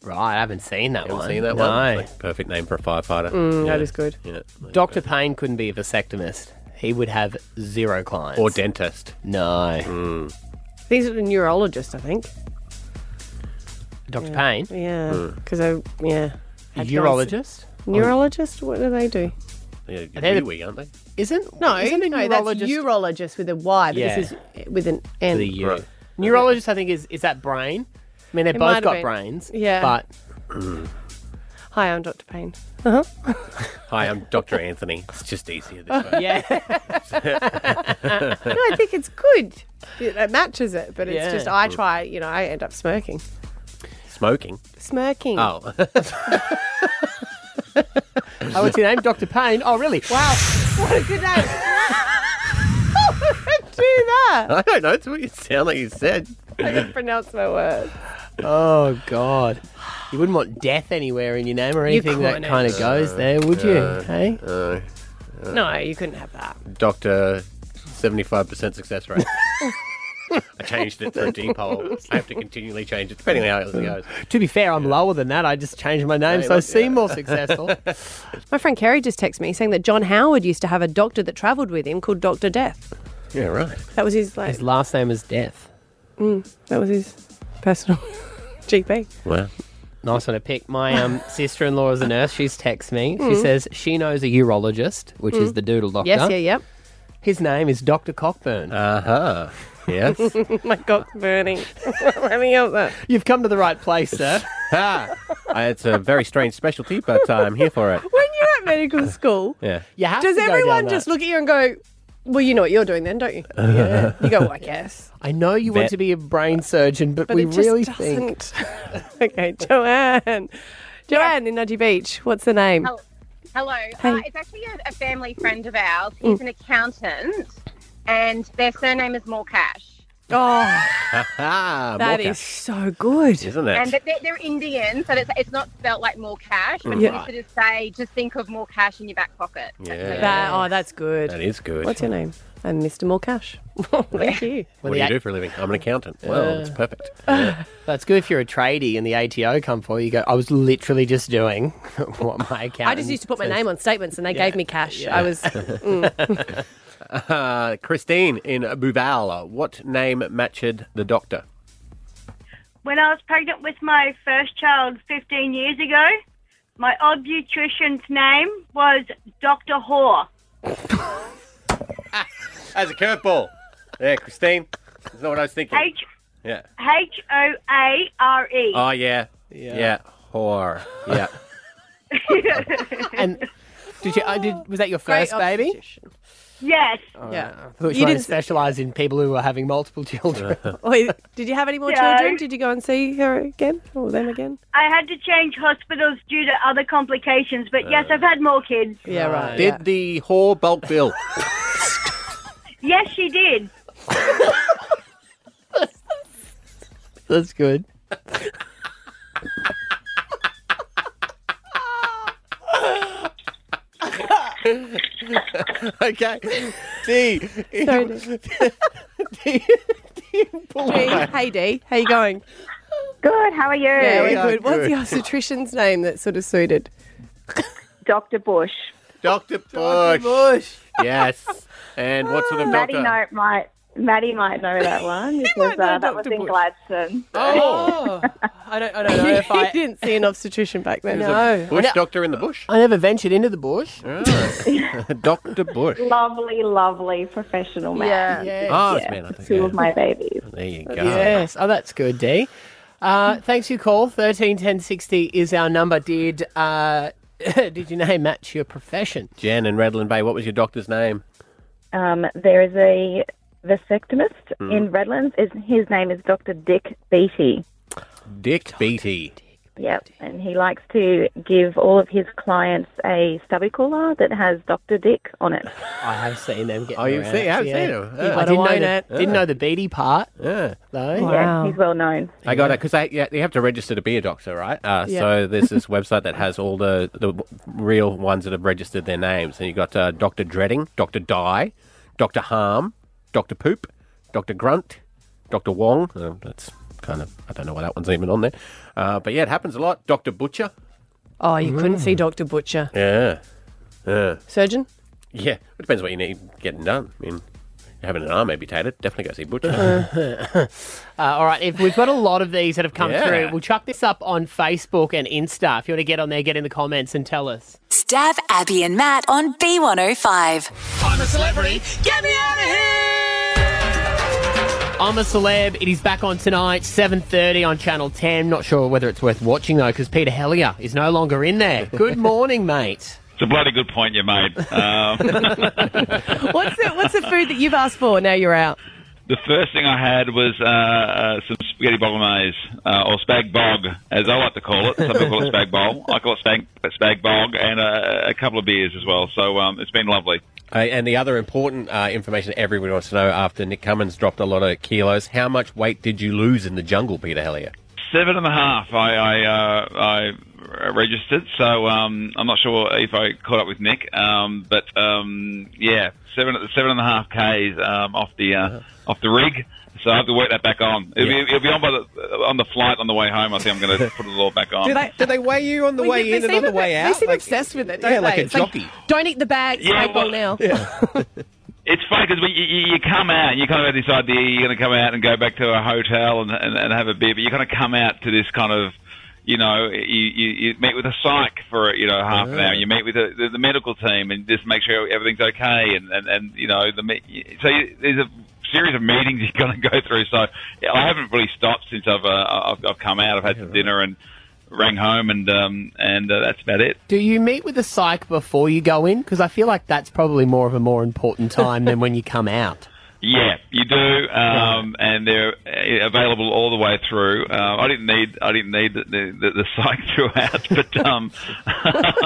[SPEAKER 1] Right, I haven't seen that
[SPEAKER 2] Haven't
[SPEAKER 1] one.
[SPEAKER 2] seen that
[SPEAKER 1] no.
[SPEAKER 2] one? Like, perfect name for a firefighter. yeah.
[SPEAKER 3] Mm, That is good.
[SPEAKER 2] Yeah.
[SPEAKER 1] Dr. Payne couldn't be a vasectomist. He would have zero clients.
[SPEAKER 2] or dentist.
[SPEAKER 1] no.
[SPEAKER 3] These are the neurologists, I think.
[SPEAKER 1] Dr. Payne?
[SPEAKER 3] Yeah.
[SPEAKER 1] Hmm.
[SPEAKER 3] Because I, yeah. Had guys-
[SPEAKER 1] Urologist?
[SPEAKER 3] Neurologist? What do they do?
[SPEAKER 2] Yeah,
[SPEAKER 1] they the-
[SPEAKER 2] wee-wee, aren't they?
[SPEAKER 1] Isn't
[SPEAKER 3] No,
[SPEAKER 1] isn't a
[SPEAKER 3] no,
[SPEAKER 1] neurologist
[SPEAKER 3] that's urologist with a Y, but
[SPEAKER 1] Yeah.
[SPEAKER 3] this is with an N.
[SPEAKER 1] the U?
[SPEAKER 2] Right.
[SPEAKER 1] Neurologist, I think, is is that brain? I mean, they
[SPEAKER 3] might
[SPEAKER 1] both
[SPEAKER 3] have
[SPEAKER 1] got
[SPEAKER 3] been.
[SPEAKER 1] brains.
[SPEAKER 3] Yeah.
[SPEAKER 1] But
[SPEAKER 3] Hi, I'm Dr. Payne.
[SPEAKER 2] Hi, I'm Dr. Anthony. It's just easier this way.
[SPEAKER 1] yeah,
[SPEAKER 3] No, I think it's good. It, it matches it, but it's
[SPEAKER 1] Yeah.
[SPEAKER 3] just I try, you know, I end up smirking.
[SPEAKER 2] Smoking.
[SPEAKER 3] Smirking.
[SPEAKER 2] Oh,
[SPEAKER 1] oh, what's your name? Dr. Payne. Oh, really? Wow.
[SPEAKER 3] What a good name. Who would do that?
[SPEAKER 2] I don't know. It's what you sound like you said.
[SPEAKER 3] I can pronounce my words.
[SPEAKER 1] Oh God. You wouldn't want death anywhere in your name or anything that
[SPEAKER 3] couldn't.
[SPEAKER 1] kind of goes there, would you? Hey.
[SPEAKER 2] Uh,
[SPEAKER 3] No, you couldn't have that.
[SPEAKER 2] doctor, 75% success rate. I changed it to a depot. I have to continually change it, depending on how it goes.
[SPEAKER 1] To be fair, I'm lower than that. I just changed my name, so I
[SPEAKER 2] look,
[SPEAKER 1] seem more successful.
[SPEAKER 3] My friend Kerry just texted me saying that John Howard used to have a doctor that travelled with him called Doctor Death.
[SPEAKER 2] Yeah, right.
[SPEAKER 3] That was his like
[SPEAKER 1] His last name is Death.
[SPEAKER 3] that was his personal GP.
[SPEAKER 2] Well,
[SPEAKER 1] Nice one to pick. My um, sister-in-law is a nurse. She's texted me. She says she knows a urologist, which is the doodle doctor.
[SPEAKER 3] Mm-hmm. Mm. Yes, yeah, yep.
[SPEAKER 1] His name is Dr. Cockburn.
[SPEAKER 2] uh huh. Yes.
[SPEAKER 3] My cock's burning. Running out that.
[SPEAKER 1] You've come to the right place, sir.
[SPEAKER 2] ah, it's a very strange specialty, but uh, I'm here for it.
[SPEAKER 3] When you're at medical school,
[SPEAKER 2] Yeah.
[SPEAKER 1] You have
[SPEAKER 3] does
[SPEAKER 1] to go down
[SPEAKER 3] everyone just
[SPEAKER 1] that.
[SPEAKER 3] look at you and go, Well, you know what you're doing then, don't you? yeah. You go, well, I guess.
[SPEAKER 1] I know you want
[SPEAKER 2] Vet.
[SPEAKER 1] to be a brain surgeon, but,
[SPEAKER 3] But
[SPEAKER 1] we
[SPEAKER 3] it just
[SPEAKER 1] really think
[SPEAKER 3] doesn't. okay, Joanne. Joanne in Nudgy Beach. What's the name?
[SPEAKER 7] Hello.
[SPEAKER 3] Hey.
[SPEAKER 7] Uh, it's actually a, a family friend of ours. He's an accountant, and their surname is Morcash.
[SPEAKER 3] Oh,
[SPEAKER 2] Ah,
[SPEAKER 3] that
[SPEAKER 2] Morca,
[SPEAKER 3] is so good.
[SPEAKER 2] Isn't
[SPEAKER 7] And
[SPEAKER 2] it?
[SPEAKER 7] that they're, they're Indian, so it's, it's not spelt like Morcash, but
[SPEAKER 3] Yeah.
[SPEAKER 7] we used to just say, just think of more cash in your back pocket.
[SPEAKER 2] Mm. Yeah.
[SPEAKER 3] That, oh, that's good.
[SPEAKER 2] that is good.
[SPEAKER 3] What's your name? I'm Mr. Morcash. Thank you.
[SPEAKER 2] What
[SPEAKER 1] when
[SPEAKER 2] do
[SPEAKER 1] the
[SPEAKER 2] you
[SPEAKER 1] A-
[SPEAKER 2] do for a living? I'm an accountant. Well, it's perfect.
[SPEAKER 1] that's good if you're a tradie and the ATO come for you. you Go, I was literally just doing what my accountant.
[SPEAKER 3] I just used to put my name on statements and they gave me cash. I was
[SPEAKER 2] Uh, Christine in Buval, what name matched the doctor?
[SPEAKER 8] when I was pregnant with my first child 15 years ago, my obstetrician's name was Dr. Hoare.
[SPEAKER 2] As a curveball. Yeah, Christine. That's not what I was thinking.
[SPEAKER 8] H
[SPEAKER 2] yeah.
[SPEAKER 8] H O A R E.
[SPEAKER 2] Oh, yeah. Yeah. Whore. Yeah.
[SPEAKER 1] And did you? I did. Was that your first baby?
[SPEAKER 8] Yes.
[SPEAKER 3] Yeah.
[SPEAKER 1] I thought
[SPEAKER 3] You
[SPEAKER 1] you didn't
[SPEAKER 3] didn't-
[SPEAKER 1] specialise in people who are having multiple children.
[SPEAKER 3] Wait, did you have any more
[SPEAKER 8] No.
[SPEAKER 3] children? Did you go and see her again or them again?
[SPEAKER 8] I had to change hospitals due to other complications, but yes,
[SPEAKER 2] Uh.
[SPEAKER 8] I've had more kids.
[SPEAKER 3] Yeah, right.
[SPEAKER 2] Did the whore bulk bill?
[SPEAKER 8] Yes, she did.
[SPEAKER 1] That's good.
[SPEAKER 2] okay. D.
[SPEAKER 3] Sorry, Dee. Dee, hey Dee, how you going?
[SPEAKER 7] Good. How are you?
[SPEAKER 3] Yeah, we're
[SPEAKER 2] yeah,
[SPEAKER 3] good. What's
[SPEAKER 2] good.
[SPEAKER 3] the obstetrician's name that sort of suited?
[SPEAKER 7] Dr. Bush.
[SPEAKER 2] Dr. Bush.
[SPEAKER 3] Bush. yes.
[SPEAKER 2] Yes. And what's with the
[SPEAKER 9] Maddie
[SPEAKER 2] doctor?
[SPEAKER 9] know, might Maddie might know that one because
[SPEAKER 3] know
[SPEAKER 9] uh, that was
[SPEAKER 3] Dr.
[SPEAKER 9] in
[SPEAKER 3] Bush.
[SPEAKER 9] Gladstone.
[SPEAKER 3] Oh,
[SPEAKER 1] I don't. I don't know if
[SPEAKER 3] I
[SPEAKER 1] I.
[SPEAKER 3] didn't see an obstetrician back then.
[SPEAKER 2] There's a Bush
[SPEAKER 1] I know-
[SPEAKER 2] doctor in the bush.
[SPEAKER 1] I never ventured into the bush.
[SPEAKER 2] Dr. Bush.
[SPEAKER 9] Lovely, lovely professional man.
[SPEAKER 2] Oh, it's man, I think.
[SPEAKER 9] Two
[SPEAKER 2] yeah.
[SPEAKER 9] of my babies.
[SPEAKER 2] There you go.
[SPEAKER 1] Yes. Oh, that's good, Dee. Uh, thanks for your call. Thirteen ten sixty is our number. Did uh, did your name match your profession?
[SPEAKER 2] Jen in Redland Bay, what was your doctor's name?
[SPEAKER 9] Um, there is
[SPEAKER 10] Hmm.
[SPEAKER 9] a vasectomist in Redlands. Is his name is Dr. Dick Beatty.
[SPEAKER 2] Dick Beatty.
[SPEAKER 9] Yep, and he likes to give all of his clients a stubby cooler that has Dr. Dick on it.
[SPEAKER 1] I have seen them get.
[SPEAKER 2] Oh, you've seen- I've seen Oh. them. Yeah.
[SPEAKER 1] I didn't know
[SPEAKER 2] Otherwise
[SPEAKER 1] the,
[SPEAKER 2] it-
[SPEAKER 1] didn't know the beady part
[SPEAKER 2] Yeah.
[SPEAKER 1] though.
[SPEAKER 3] Oh.
[SPEAKER 9] Yeah, he's well known.
[SPEAKER 2] I got it because they yeah, you have to register to be a doctor, right? Uh,
[SPEAKER 9] Yeah.
[SPEAKER 2] So there's this website that has all the the w- real ones that have registered their names, and you got uh, Doctor Dreading, Doctor Die, Doctor Harm, Doctor Poop, Doctor Grunt, Doctor Wong. Uh, that's kind of I don't know why that one's even on there, uh, but yeah, it happens a lot. Doctor Butcher.
[SPEAKER 3] Oh, you couldn't see Dr. Butcher.
[SPEAKER 2] Yeah, yeah,
[SPEAKER 3] Surgeon?
[SPEAKER 2] yeah. It depends what you need getting done. I mean, having an arm amputated, definitely go see Butcher.
[SPEAKER 1] Uh, all right, if we've got a lot of these that have come
[SPEAKER 2] Yeah.
[SPEAKER 1] through, we'll chuck this up on Facebook and Insta. If you want to get on there, get in the comments and tell us.
[SPEAKER 4] Stab Abby and Matt on B105.
[SPEAKER 5] I'm a celebrity. Get me out of here.
[SPEAKER 1] I'm a celeb. It is back on tonight, 7.30 on Channel 10. Not sure whether it's worth watching, though, because Peter Hellier is no longer in there. Good morning, mate.
[SPEAKER 10] It's a bloody good point you made. Um,
[SPEAKER 3] What's the, what's the food that you've asked for? Now you're out.
[SPEAKER 10] the first thing I had was uh, uh, some spaghetti bolognese, uh, or spag bog, as I like to call it. Some people call it spag bol. I call it spag, spag bog, and uh, a couple of beers as well. So um, it's been lovely.
[SPEAKER 2] Uh, and the other important uh, information everybody wants to know after Nick Cummins dropped a lot of kilos, how much weight did you lose in the jungle, Peter Hellier?
[SPEAKER 10] Seven and a half. I I, uh, I registered, so um, I'm not sure if I caught up with Nick, um, but um, yeah, seven seven and a half k's um, off the uh, off the rig. So I have to work that back on. It'll, be, it'll be on by the on the flight on the way home. I think I'm going to put it all back on.
[SPEAKER 2] Do they, do they weigh you on the
[SPEAKER 3] Oh, Well,
[SPEAKER 2] way
[SPEAKER 3] yeah,
[SPEAKER 2] in
[SPEAKER 3] they
[SPEAKER 2] and on
[SPEAKER 3] seem
[SPEAKER 2] the
[SPEAKER 3] a
[SPEAKER 2] way
[SPEAKER 3] bit-
[SPEAKER 2] out?
[SPEAKER 3] They seem obsessed with it, don't
[SPEAKER 2] yeah,
[SPEAKER 3] they?
[SPEAKER 2] like a
[SPEAKER 3] It's
[SPEAKER 2] jockey.
[SPEAKER 3] don't eat the bag.
[SPEAKER 10] Yeah,
[SPEAKER 3] Yeah,
[SPEAKER 10] well-
[SPEAKER 3] now.
[SPEAKER 10] It's funny because you, you, you come out and you kind of decide that you're going to come out and go back to a hotel and, and, and have a beer, but you kind of come out to this kind of, you know, you, you, you meet with a psych for, you know, half an hour. You meet with the, the, the medical team and just make sure everything's okay. And, and, and you know, the me- so you, there's a series of meetings you're going to go through. So yeah, I haven't really stopped since I've, uh, I've, I've come out. I've had some dinner and rang home and, um, and uh, that's about it.
[SPEAKER 1] Do you meet with the psych before you go in? Because I feel like that's probably more of a more important time than when you come out.
[SPEAKER 10] Yeah, you do, um, and they're uh, available all the way through. Uh, I didn't need I didn't need the, the, the, the psych throughout, but um,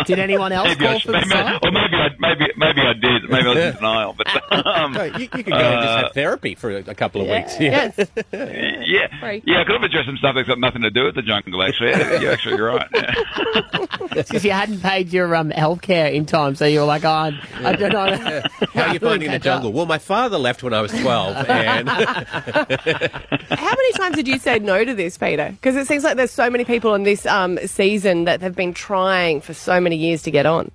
[SPEAKER 1] Did anyone else
[SPEAKER 10] maybe I,
[SPEAKER 1] call
[SPEAKER 10] sh-
[SPEAKER 1] for the
[SPEAKER 10] maybe I,
[SPEAKER 1] psych?
[SPEAKER 10] or maybe I maybe maybe I did. Maybe I was in denial, but um,
[SPEAKER 2] No, you, you could go and just have therapy for a, a couple of weeks. Yeah.
[SPEAKER 3] Yes.
[SPEAKER 10] yeah,
[SPEAKER 3] Sorry.
[SPEAKER 10] yeah, I could have addressed some stuff that's got nothing to do with the jungle. Actually, you're actually right. Yeah.
[SPEAKER 1] Because you hadn't paid your um, healthcare in time, so you were like, oh, I I don't know.
[SPEAKER 2] How are you finding the
[SPEAKER 1] Catch up.
[SPEAKER 2] jungle? Well, my father left when I was 12, and
[SPEAKER 3] How many times did you say no to this, Peter? Because it seems like there's so many people on this um, season that have been trying for so many years to get on.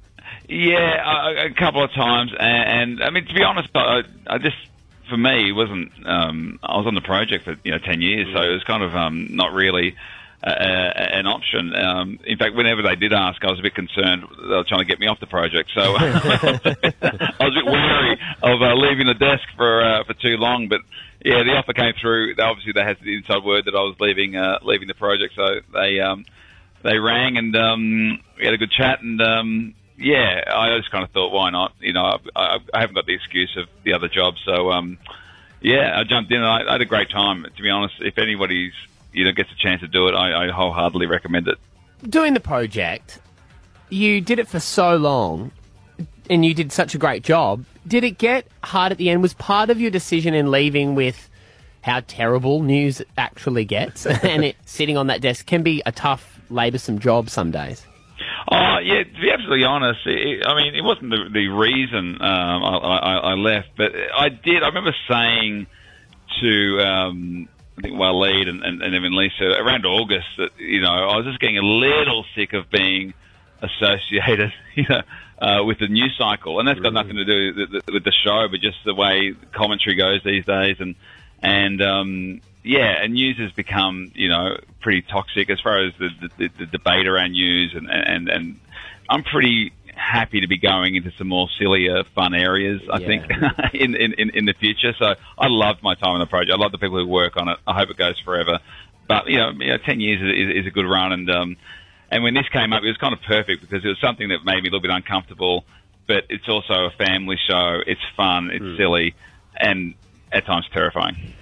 [SPEAKER 10] Yeah, a, a couple of times, and, and I mean to be honest, I, I just for me it wasn't. Um, I was on the project for you know ten years, so it was kind of um, not really uh, an option. Um, in fact, whenever they did ask, I was a bit concerned they were trying to get me off the project, so I was a bit wary of uh, leaving the desk for uh, for too long. But yeah, the offer came through. Obviously, they had the inside word that I was leaving uh, leaving the project, so they. Um, they rang and um, we had a good chat and um, yeah, I just kind of thought, why not? You know, I, I, I haven't got the excuse of the other job, so um, yeah, I jumped in and I, I had a great time. To be honest, if anybody's you know gets a chance to do it, I, I wholeheartedly recommend it.
[SPEAKER 1] doing the project, you did it for so long and you did such a great job. Did it get hard at the end? Was part of your decision in leaving with how terrible news actually gets and it sitting on that desk can be a tough, laboursome job some days?
[SPEAKER 10] Oh yeah, to be absolutely honest, it, I mean it wasn't the, the reason um, I, I, I left, but I did. I remember saying to um, I think Waleed and, and, and even Lisa around August that you know I was just getting a little sick of being associated, you know, uh, with the news cycle, and that's got nothing to do with the, with the show, but just the way commentary goes these days, and and um, yeah, and news has become you know pretty toxic as far as the the, the debate around news, and and and I'm pretty happy to be going into some more sillier, fun areas. I
[SPEAKER 1] Yeah.
[SPEAKER 10] think in, in, in, in the future. So I loved my time on the project. I love the people who work on it. I hope it goes forever. But you know, you know ten years is, is, is a good run, and um, and when this came up, it was kind of perfect because it was something that made me a little bit uncomfortable. But it's also a family show. It's fun. It's silly, and at times terrifying.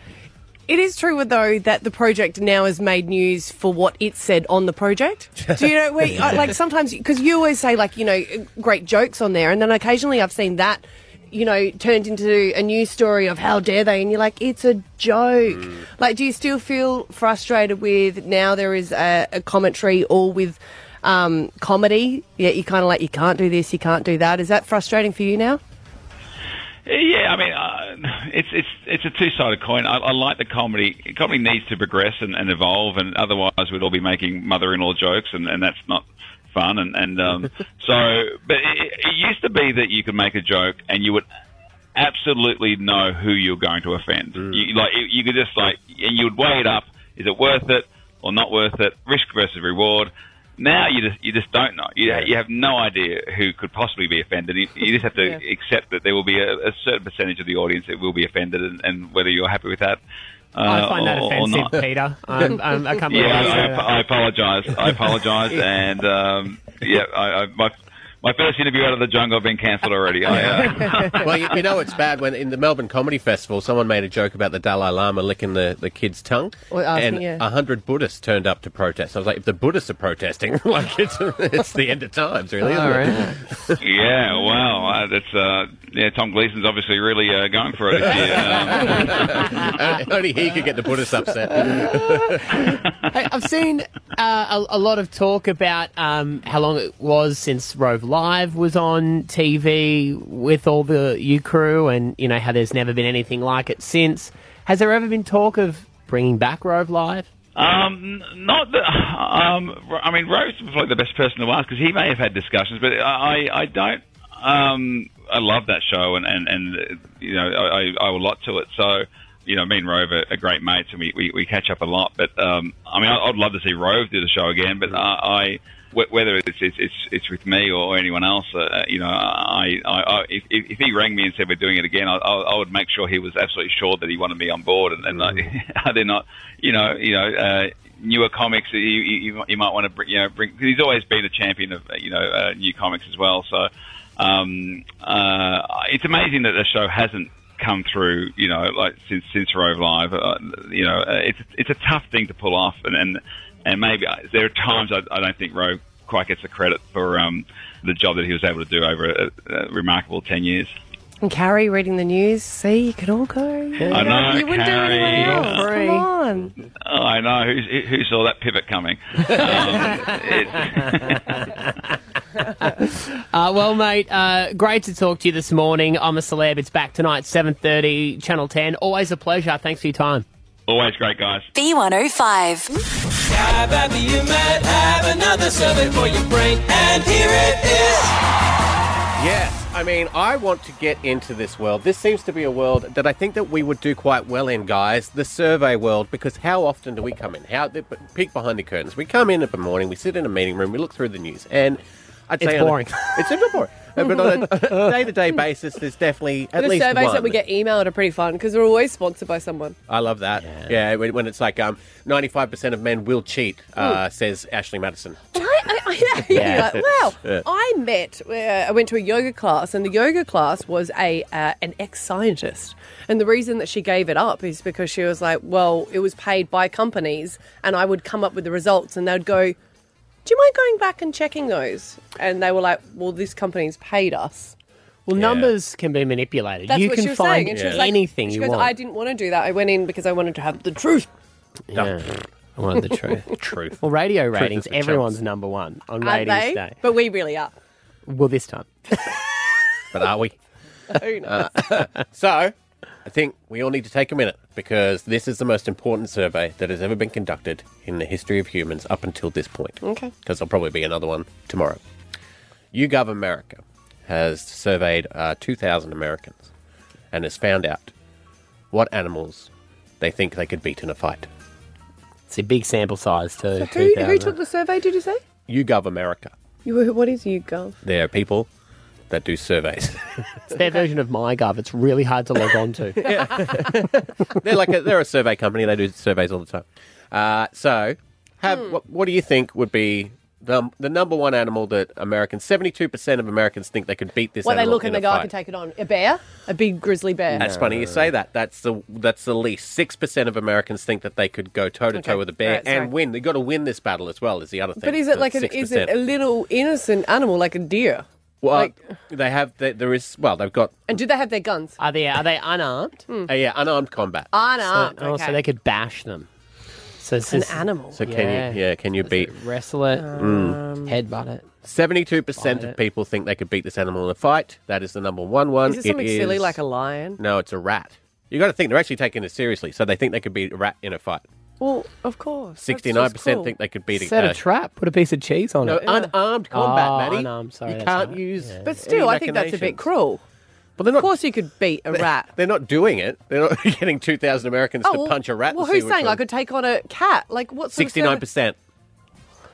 [SPEAKER 3] It is true, though, that the project now has made news for what it said on the project. Do you know, where, I- like sometimes, because you always say, like, you know, great jokes on there, and then occasionally I've seen that, you know, turned into a news story of how dare they, and you're like, it's a joke. Like, do you still feel frustrated with now there is a, a commentary or with um, comedy? Yeah, you kind of like, you can't do this, you can't do that. Is that frustrating for you now?
[SPEAKER 10] Yeah, I mean, uh, it's it's it's a two-sided coin. I, I like the comedy. Comedy needs to progress and, and evolve, and otherwise we'd all be making mother-in-law jokes, and, and that's not fun. And and um, so, but it, it used to be that you could make a joke and you would absolutely know who you're going to offend. You, like you you could just like, and you would weigh it up: is it worth it or not worth it? Risk versus reward. Now you just you just don't know. You, you have no idea who could possibly be offended. You, you just have to
[SPEAKER 11] Yeah.
[SPEAKER 10] accept that there will be a, a certain percentage of the audience that will be offended, and, and whether you're happy with that. Uh,
[SPEAKER 1] I find that
[SPEAKER 10] or, or
[SPEAKER 1] offensive,
[SPEAKER 10] not.
[SPEAKER 1] Peter. I'm, I'm, I can't believe
[SPEAKER 10] yeah,
[SPEAKER 1] I say
[SPEAKER 10] I,
[SPEAKER 1] that.
[SPEAKER 10] I apologize. I apologize, and um, yeah, I, I, my my first interview out of the jungle I've been cancelled already. I, uh,
[SPEAKER 2] well, you, you know it's bad when in the Melbourne Comedy Festival, someone made a joke about the Dalai Lama licking the, the kid's tongue,
[SPEAKER 3] Well, I
[SPEAKER 2] and
[SPEAKER 3] think, yeah.
[SPEAKER 2] a hundred Buddhists turned up to protest. I was like, if the Buddhists are protesting, like it's it's the end of times, really. Isn't it?
[SPEAKER 10] yeah, wow, uh, that's uh, yeah. Tom Gleason's obviously really uh, going for it. This year. Um,
[SPEAKER 2] Only- Only he could get the Buddhists upset.
[SPEAKER 1] Hey, I've seen uh, a, a lot of talk about um, how long it was since Rove Live was on TV with all the U crew, and you know how there's never been anything like it since. Has there ever been talk of bringing back Rove Live?
[SPEAKER 10] Um, n- not that. Um, Ro- I mean, Rose was like the best person to ask because he may have had discussions, but I, I I don't. Um, I love that show, and and and uh, you know, I, I owe a lot to it. So, you know, me and Rove are, are great mates, and we, we, we catch up a lot. But um, I mean, I, I'd love to see Rove do the show again, but uh, I. wh- Whether it's it's, it's it's with me or anyone else, uh, you know, I, I, I if, if if he rang me and said we're doing it again, I, I, I would make sure he was absolutely sure that he wanted me on board, and, and like, are they not you know, you know, uh, newer comics. You, you, you might- you might want to bring, you know, bring. Cause he's always been a champion of uh, you know uh, new comics as well. So um, uh, it's amazing that the show hasn't come through. You know, like since since Rove Live. Uh, you know, uh, it's it's a tough thing to pull off, and and, and maybe I, there are times I, I don't think Rove quite gets the credit for um, the job that he was able to do over a, a remarkable ten years.
[SPEAKER 3] And Carrie reading the news. See, you could all go.
[SPEAKER 10] I know,
[SPEAKER 3] you wouldn't do it
[SPEAKER 10] Carrie.
[SPEAKER 3] anywhere else.
[SPEAKER 10] Free.
[SPEAKER 3] Come on.
[SPEAKER 10] Oh, I know. Who's, who- who saw that pivot coming? Um, it-
[SPEAKER 1] Uh, well, mate, uh, great to talk to you this morning. I'm a celeb. It's back tonight, 7:30, Channel 10. Always a pleasure. Thanks for your time.
[SPEAKER 10] Always great, guys.
[SPEAKER 4] B105.
[SPEAKER 5] Have at me, you might have another survey for your brain, and here it is.
[SPEAKER 2] Yes, I mean, I want to get into this world. This seems to be a world that I think that we would do quite well in, guys. The survey world, because how often do we come in? How the, peek behind the curtains? We come in at the morning, we sit in a meeting room, we look through the news, and I'd
[SPEAKER 1] It's
[SPEAKER 2] say on a-
[SPEAKER 1] boring.
[SPEAKER 2] it's a bit boring, Uh, but on a- a day-to-day basis, there's definitely at
[SPEAKER 3] the
[SPEAKER 2] least
[SPEAKER 3] surveys
[SPEAKER 2] one.
[SPEAKER 3] that we get emailed are pretty fun because they're always sponsored by someone.
[SPEAKER 2] I love that. Yeah, when, when it's like um, 95% of men will cheat, uh, says Ashley Madison.
[SPEAKER 3] Hmm. Yeah. you're like, wow.
[SPEAKER 2] Yeah.
[SPEAKER 3] I met. Uh, I went to a yoga class, and the yoga class was a uh, an ex scientist. And the reason that she gave it up is because she was like, well, it was paid by companies, and I would come up with the results, and they'd go, "Do you mind going back and checking those?" And they were like, "Well, this company's paid us."
[SPEAKER 1] Well, numbers can be manipulated.
[SPEAKER 3] That's
[SPEAKER 1] you
[SPEAKER 3] what
[SPEAKER 1] can
[SPEAKER 3] she was
[SPEAKER 1] find
[SPEAKER 3] saying. And she was like,
[SPEAKER 1] anything
[SPEAKER 3] she
[SPEAKER 1] you
[SPEAKER 3] goes,
[SPEAKER 1] want.
[SPEAKER 3] I didn't want to do that. I went in because I wanted to have the truth.
[SPEAKER 1] Yeah. I wanted the truth.
[SPEAKER 2] truth.
[SPEAKER 1] Well, radio
[SPEAKER 2] Truth
[SPEAKER 1] ratings,
[SPEAKER 2] is the
[SPEAKER 1] everyone's
[SPEAKER 2] chance.
[SPEAKER 1] number one on
[SPEAKER 3] Aren't
[SPEAKER 1] ratings
[SPEAKER 3] they?
[SPEAKER 1] day.
[SPEAKER 3] But we really are.
[SPEAKER 1] Well, this time.
[SPEAKER 2] But are we?
[SPEAKER 3] Who knows?
[SPEAKER 2] Uh, so, I think we all need to take a minute because this is the most important survey that has ever been conducted in the history of humans up until this point.
[SPEAKER 3] Okay.
[SPEAKER 2] Because there'll probably be another one tomorrow. YouGov America has surveyed uh, 2,000 Americans and has found out what animals they think they could beat in a fight.
[SPEAKER 1] It's a big sample size, too.
[SPEAKER 3] Who, who took the survey? Did you say?
[SPEAKER 2] YouGov America.
[SPEAKER 3] You, what is YouGov?
[SPEAKER 2] They're people that do surveys.
[SPEAKER 1] It's their version of MyGov. It's really hard to log on to.
[SPEAKER 2] they're like a, they're a
[SPEAKER 3] Hmm.
[SPEAKER 2] survey company. They do surveys all the time. Uh, so, have what, what do you think would be the, the number one animal that Americans, 72% of Americans think they could beat this
[SPEAKER 3] well, they
[SPEAKER 2] animal
[SPEAKER 3] look and
[SPEAKER 2] in a
[SPEAKER 3] they go, I
[SPEAKER 2] fight.
[SPEAKER 3] can take it on. A bear? A big grizzly bear.
[SPEAKER 2] That's funny you say that. That's the that's the least. Six percent of Americans think that they could go toe to
[SPEAKER 3] Okay.
[SPEAKER 2] toe with a bear
[SPEAKER 3] Alright, sorry.
[SPEAKER 2] and win. They got to win this battle as well. Is the other thing.
[SPEAKER 3] But is it
[SPEAKER 2] So
[SPEAKER 3] like an,
[SPEAKER 2] it's
[SPEAKER 3] is it
[SPEAKER 2] 6%.
[SPEAKER 3] a little innocent animal like a deer?
[SPEAKER 2] well,
[SPEAKER 3] like-
[SPEAKER 2] they have. They, there is. Well, they've got.
[SPEAKER 3] And do they have their guns?
[SPEAKER 1] Are they are they unarmed?
[SPEAKER 3] Hmm.
[SPEAKER 2] Uh, yeah, unarmed combat.
[SPEAKER 3] Unarmed.
[SPEAKER 1] So, oh, so
[SPEAKER 3] okay.
[SPEAKER 1] they could bash them. So it's
[SPEAKER 3] An
[SPEAKER 1] just-
[SPEAKER 3] animal.
[SPEAKER 2] So can you? Yeah, can you beat?
[SPEAKER 1] Wrestle it,
[SPEAKER 2] Mm.
[SPEAKER 1] headbutt it.
[SPEAKER 2] Seventy-two percent of people think they could beat this animal in a fight. That is the number one one.
[SPEAKER 3] Is it something silly
[SPEAKER 2] is-
[SPEAKER 3] like a lion?
[SPEAKER 2] No, it's a rat. You got to think they're actually taking it seriously. So they think they could beat a rat in a fight.
[SPEAKER 3] Well, of course.
[SPEAKER 2] Sixty-nine percent think they could beat
[SPEAKER 1] Set
[SPEAKER 2] a uh,
[SPEAKER 1] a trap, put a piece of cheese on
[SPEAKER 2] No,
[SPEAKER 1] it.
[SPEAKER 2] unarmed combat,
[SPEAKER 1] oh,
[SPEAKER 2] Maddie.
[SPEAKER 1] Unarmed, sorry,
[SPEAKER 2] you
[SPEAKER 1] that's
[SPEAKER 2] can't
[SPEAKER 1] right.
[SPEAKER 2] use.
[SPEAKER 3] But still,
[SPEAKER 2] any
[SPEAKER 3] I think that's a bit
[SPEAKER 2] machinations.
[SPEAKER 3] cruel.
[SPEAKER 2] Well, they're not,
[SPEAKER 3] of course, you could beat a rat.
[SPEAKER 2] They're not doing it. They're not getting 2,000 Americans
[SPEAKER 3] well-
[SPEAKER 2] to punch a rat.
[SPEAKER 3] Well,
[SPEAKER 2] and see
[SPEAKER 3] who's
[SPEAKER 2] which
[SPEAKER 3] saying I
[SPEAKER 2] one-
[SPEAKER 3] could take on a cat? Like what? Sort of sound-
[SPEAKER 2] 69%.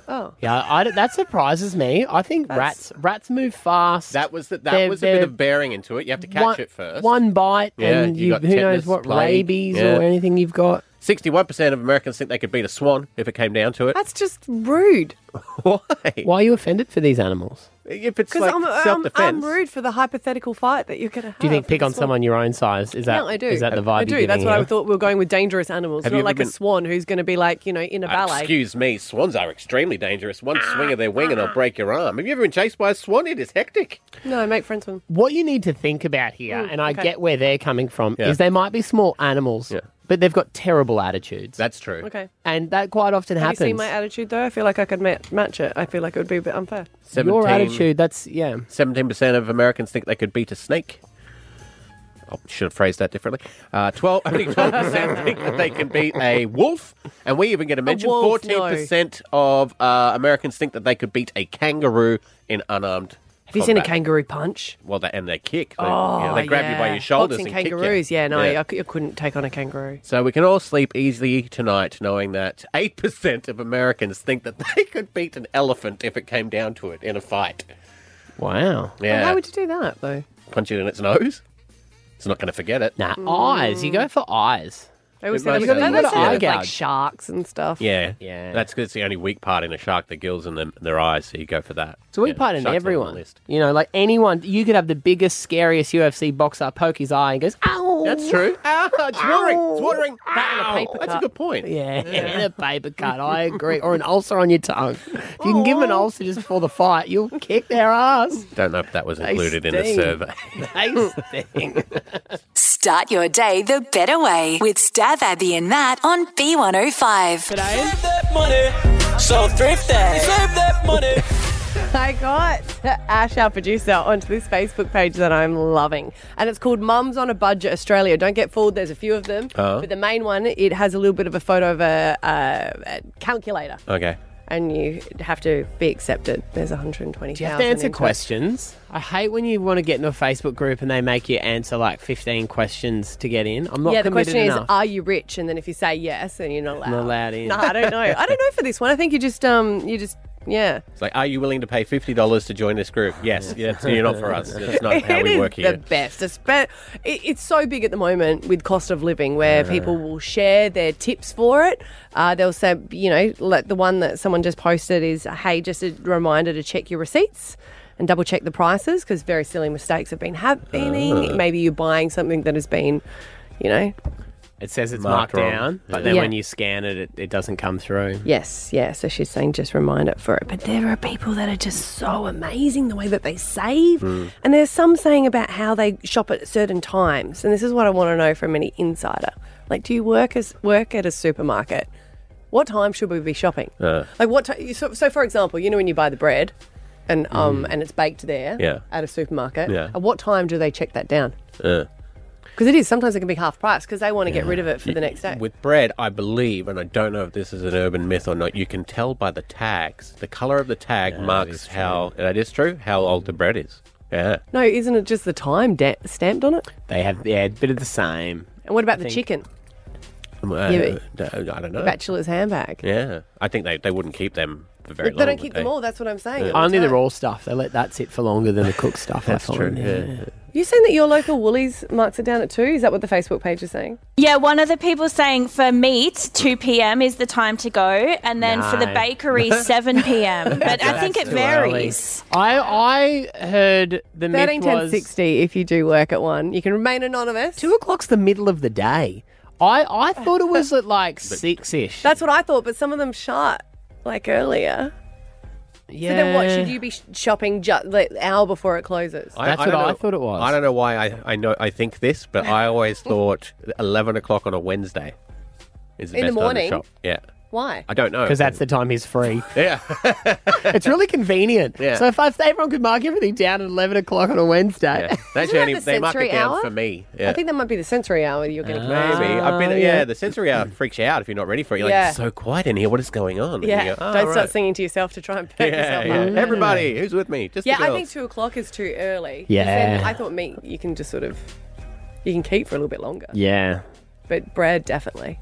[SPEAKER 3] Oh,
[SPEAKER 1] Yeah, I, don't- that surprises me. I think
[SPEAKER 2] That's-
[SPEAKER 1] rats rats move fast.
[SPEAKER 2] That was the, that
[SPEAKER 1] They're-
[SPEAKER 2] was a bit
[SPEAKER 1] they're-
[SPEAKER 2] of bearing into it. You have to catch
[SPEAKER 1] one,
[SPEAKER 2] it first.
[SPEAKER 1] One bite,
[SPEAKER 2] Yeah,
[SPEAKER 1] and
[SPEAKER 2] you
[SPEAKER 1] you,
[SPEAKER 2] got
[SPEAKER 1] who knows
[SPEAKER 2] tetanus,
[SPEAKER 1] what
[SPEAKER 2] plague,
[SPEAKER 1] rabies
[SPEAKER 2] yeah.
[SPEAKER 1] or anything you've got.
[SPEAKER 2] 61% of Americans think they could beat a swan if it came down to it.
[SPEAKER 3] that's just rude.
[SPEAKER 2] Why?
[SPEAKER 1] Why are you offended for these animals?
[SPEAKER 2] If it's
[SPEAKER 3] Because
[SPEAKER 2] like
[SPEAKER 3] I'm, I'm, I'm
[SPEAKER 2] self-defense.
[SPEAKER 3] rude for the hypothetical fight that you're going to have.
[SPEAKER 1] Do you think pick on
[SPEAKER 3] That's what-
[SPEAKER 1] someone your own size? Is that
[SPEAKER 3] No, I do.
[SPEAKER 1] Is that the vibe?
[SPEAKER 3] I
[SPEAKER 1] You're
[SPEAKER 3] do. That's
[SPEAKER 1] giving
[SPEAKER 3] what I
[SPEAKER 1] here?
[SPEAKER 3] thought. We were going with dangerous animals,
[SPEAKER 2] Have you
[SPEAKER 3] not
[SPEAKER 2] ever
[SPEAKER 3] like
[SPEAKER 2] been-
[SPEAKER 3] a swan who's going to be like you know in a ballet.
[SPEAKER 2] Ah,
[SPEAKER 3] Ah,
[SPEAKER 2] Excuse me, swans are extremely dangerous. One swing of their wing and they'll break your arm. Have you ever been chased by a swan? It is hectic.
[SPEAKER 3] No, make friends with them.
[SPEAKER 1] What you need to think about here,
[SPEAKER 3] Mm,
[SPEAKER 1] and I
[SPEAKER 3] okay.
[SPEAKER 1] get where they're coming from,
[SPEAKER 2] Yeah.
[SPEAKER 1] is they might be small animals, but they've got terrible attitudes.
[SPEAKER 2] That's true.
[SPEAKER 3] Okay.
[SPEAKER 1] and that quite often
[SPEAKER 3] Have you
[SPEAKER 1] happens.
[SPEAKER 3] seen my attitude though? I feel like I could ma- match it. I feel like it would be a bit unfair.
[SPEAKER 2] 17,
[SPEAKER 1] Your attitude, that's, yeah.
[SPEAKER 2] 17% of Americans think they could beat a snake. I should have phrased that differently. Uh, 12, only 12% think that they can beat a wolf. And we even get a mention
[SPEAKER 3] wolf,
[SPEAKER 2] 14% of uh, Americans think that they could beat a kangaroo in unarmed.
[SPEAKER 3] Have you seen a
[SPEAKER 2] combat.
[SPEAKER 3] kangaroo punch?
[SPEAKER 2] Well, they, and they kick. They,
[SPEAKER 3] Oh,
[SPEAKER 2] you know, they grab you by
[SPEAKER 3] yeah.
[SPEAKER 2] your shoulders and
[SPEAKER 3] Boxing kangaroos.
[SPEAKER 2] kick you.
[SPEAKER 3] Yeah, no, I, c- I couldn't take on a kangaroo.
[SPEAKER 2] So we can all sleep easily tonight knowing that 8% of Americans think that they could beat an elephant if it came down to it in a fight.
[SPEAKER 1] Wow.
[SPEAKER 2] Yeah.
[SPEAKER 3] Why would you do that though?
[SPEAKER 2] punch it in its nose. It's not going to forget it.
[SPEAKER 1] Nah,
[SPEAKER 3] Mm.
[SPEAKER 1] eyes. You go for eyes.
[SPEAKER 3] They always
[SPEAKER 2] It
[SPEAKER 3] said it
[SPEAKER 2] must have.
[SPEAKER 3] was they
[SPEAKER 2] You've
[SPEAKER 3] always
[SPEAKER 2] got
[SPEAKER 3] said
[SPEAKER 2] an
[SPEAKER 3] it
[SPEAKER 2] eye
[SPEAKER 3] was like
[SPEAKER 1] gouge.
[SPEAKER 3] sharks and stuff.
[SPEAKER 2] Yeah,
[SPEAKER 1] Yeah.
[SPEAKER 2] That's because it's the only weak part in a shark, the gills and them, their eyes. So you go for that.
[SPEAKER 1] So we
[SPEAKER 2] Yeah,
[SPEAKER 1] part in
[SPEAKER 2] shark's not on the
[SPEAKER 1] everyone.
[SPEAKER 2] list.
[SPEAKER 1] You know, like anyone, you could have the biggest, scariest UFC boxer poke his eye and goes, ow.
[SPEAKER 2] That's true. Ah, it's watering. It's watering.
[SPEAKER 1] That and a paper
[SPEAKER 2] That's a
[SPEAKER 1] cut.
[SPEAKER 2] good point.
[SPEAKER 1] Yeah, and a paper cut. I agree. Or an ulcer on your tongue. If you can give them an ulcer just before the fight, you'll kick their ass.
[SPEAKER 2] Don't know if that was
[SPEAKER 1] They
[SPEAKER 2] included in the
[SPEAKER 1] sting.
[SPEAKER 2] survey.
[SPEAKER 1] They stink.
[SPEAKER 4] Start your day the better way with Stab Abby and Matt on B105.
[SPEAKER 5] Save that money, so thrift that. Save that money.
[SPEAKER 3] I got Ash, our producer, onto this Facebook page that I'm loving. And it's called Mums on a Budget Australia. Don't get fooled, there's a few of them.
[SPEAKER 2] Uh-huh.
[SPEAKER 3] But the main one, it has a little bit of a photo of a, uh, a calculator.
[SPEAKER 2] okay.
[SPEAKER 3] And you have to be accepted. There's 120,000.
[SPEAKER 1] Do you have to answer
[SPEAKER 3] into it.
[SPEAKER 1] questions? I hate when you want to get into a Facebook group and they make you answer like 15 questions to get in. I'm not
[SPEAKER 3] Yeah, the
[SPEAKER 1] committed
[SPEAKER 3] question
[SPEAKER 1] enough.
[SPEAKER 3] is, are you rich? And then if you say yes, then you're not allowed.
[SPEAKER 1] not allowed in.
[SPEAKER 3] No, I don't know. I don't know for this one. I think you just, um, you just, yeah.
[SPEAKER 2] It's like, are you willing to pay fifty dollars to join this group? Yes. yes. You're not for us. That's not how
[SPEAKER 3] It
[SPEAKER 2] we
[SPEAKER 3] is
[SPEAKER 2] work here.
[SPEAKER 3] The best. It's, be- it- it's so big at the moment with cost of living, where people will share their tips for it. Uh, they'll say, you know, like the one that someone just posted is, hey, just a reminder to check your receipts. And double check the prices because very silly mistakes have been happening. Maybe you're buying something that has been, you know,
[SPEAKER 1] It says it's marked,
[SPEAKER 2] Marked wrong.
[SPEAKER 1] down, but then
[SPEAKER 3] Yeah.
[SPEAKER 1] when you scan it, it, it doesn't come through.
[SPEAKER 3] yes, yeah. So she's saying just remind it for it. But there are people that are just so amazing the way that they save.
[SPEAKER 2] Hmm.
[SPEAKER 3] And there's some saying about how they shop at certain times. And this is what I want to know from any insider. Like, do you work as work at a supermarket? What time should we be shopping?
[SPEAKER 2] Uh,
[SPEAKER 3] Like, what? T- so, so, for example, you know when you buy the bread, and um, and it's baked there
[SPEAKER 2] Hmm. Yeah.
[SPEAKER 3] at a supermarket.
[SPEAKER 2] Yeah.
[SPEAKER 3] At what time do they check that down?
[SPEAKER 2] uh.
[SPEAKER 3] Because it is sometimes it can be half price because they want to get rid of it for the next day.
[SPEAKER 2] With bread, I believe, and I don't know if this is an urban myth or not, you can tell by the tags. The color of the tag marks how that is true. How old the bread is. Yeah.
[SPEAKER 3] no, isn't it just the time da- stamped on it?
[SPEAKER 1] They have yeah, a bit of the same.
[SPEAKER 3] And what about the
[SPEAKER 1] think-
[SPEAKER 3] chicken?
[SPEAKER 2] Uh, I don't know.
[SPEAKER 3] bachelor's handbag.
[SPEAKER 2] Yeah, I think they, they wouldn't keep them for very eh? long.
[SPEAKER 3] They don't
[SPEAKER 2] would
[SPEAKER 3] keep
[SPEAKER 2] they?
[SPEAKER 3] them all. That's what I'm saying.
[SPEAKER 1] Only the
[SPEAKER 3] time.
[SPEAKER 1] raw stuff. They let that sit for longer than the cooked stuff. I
[SPEAKER 2] That's true.
[SPEAKER 1] find. Yeah.
[SPEAKER 2] Yeah.
[SPEAKER 3] You saying that your local Woolies marks it down at two? Is that what the Facebook page is saying?
[SPEAKER 11] Yeah, one of the people saying for meat, 2 p.m. is the time to go, and then for the
[SPEAKER 1] Nice.
[SPEAKER 11] bakery, 7 p.m. But I think it
[SPEAKER 1] That's too early.
[SPEAKER 11] varies.
[SPEAKER 1] I I heard the myth
[SPEAKER 3] 13, 10,
[SPEAKER 1] was
[SPEAKER 3] 60 if you do work at one. You can remain anonymous.
[SPEAKER 1] Two o'clock's the middle of the day. I, I thought it was at like six ish.
[SPEAKER 3] That's what I thought, but some of them shut like earlier. So then what? Should
[SPEAKER 1] Yeah.
[SPEAKER 3] you be sh- shopping just the hour before it closes?
[SPEAKER 2] don't know-
[SPEAKER 1] thought it was.
[SPEAKER 2] I don't know why I, I know I think this, but I always thought eleven o'clock on a Wednesday is the
[SPEAKER 3] In the
[SPEAKER 2] best
[SPEAKER 3] morning?
[SPEAKER 2] Time to shop. Yeah,
[SPEAKER 3] Why?
[SPEAKER 2] I don't know
[SPEAKER 1] Because that's the time he's free.
[SPEAKER 2] yeah.
[SPEAKER 1] it's really convenient.
[SPEAKER 2] Yeah.
[SPEAKER 1] So if, I, if everyone could mark everything down at 11 o'clock on a Wednesday.
[SPEAKER 2] That's
[SPEAKER 3] Isn't that
[SPEAKER 2] only
[SPEAKER 3] the
[SPEAKER 2] they mark
[SPEAKER 3] sensory
[SPEAKER 2] it down
[SPEAKER 3] hour?
[SPEAKER 2] for me. Yeah.
[SPEAKER 3] I think that might be the sensory hour you're going to
[SPEAKER 2] Maybe I've been.
[SPEAKER 1] Ah,
[SPEAKER 2] Yeah,
[SPEAKER 1] yeah.
[SPEAKER 2] the sensory hour freaks you out if you're not ready for it. You're
[SPEAKER 3] Yeah.
[SPEAKER 2] like, it's so quiet in here. What is going on? And you
[SPEAKER 3] Yeah,
[SPEAKER 2] go, "Oh,
[SPEAKER 3] don't
[SPEAKER 2] right."
[SPEAKER 3] start singing to yourself to try and perk
[SPEAKER 2] Yeah,
[SPEAKER 3] yourself
[SPEAKER 2] yeah.
[SPEAKER 3] up.
[SPEAKER 2] Everybody, who's with me? Just the
[SPEAKER 3] yeah, I
[SPEAKER 2] girls.
[SPEAKER 3] think two o'clock is too early. 'Cause then
[SPEAKER 1] Yeah.
[SPEAKER 3] I thought meat you can just sort of you can keep for a little bit longer,
[SPEAKER 1] yeah.
[SPEAKER 3] but bread definitely.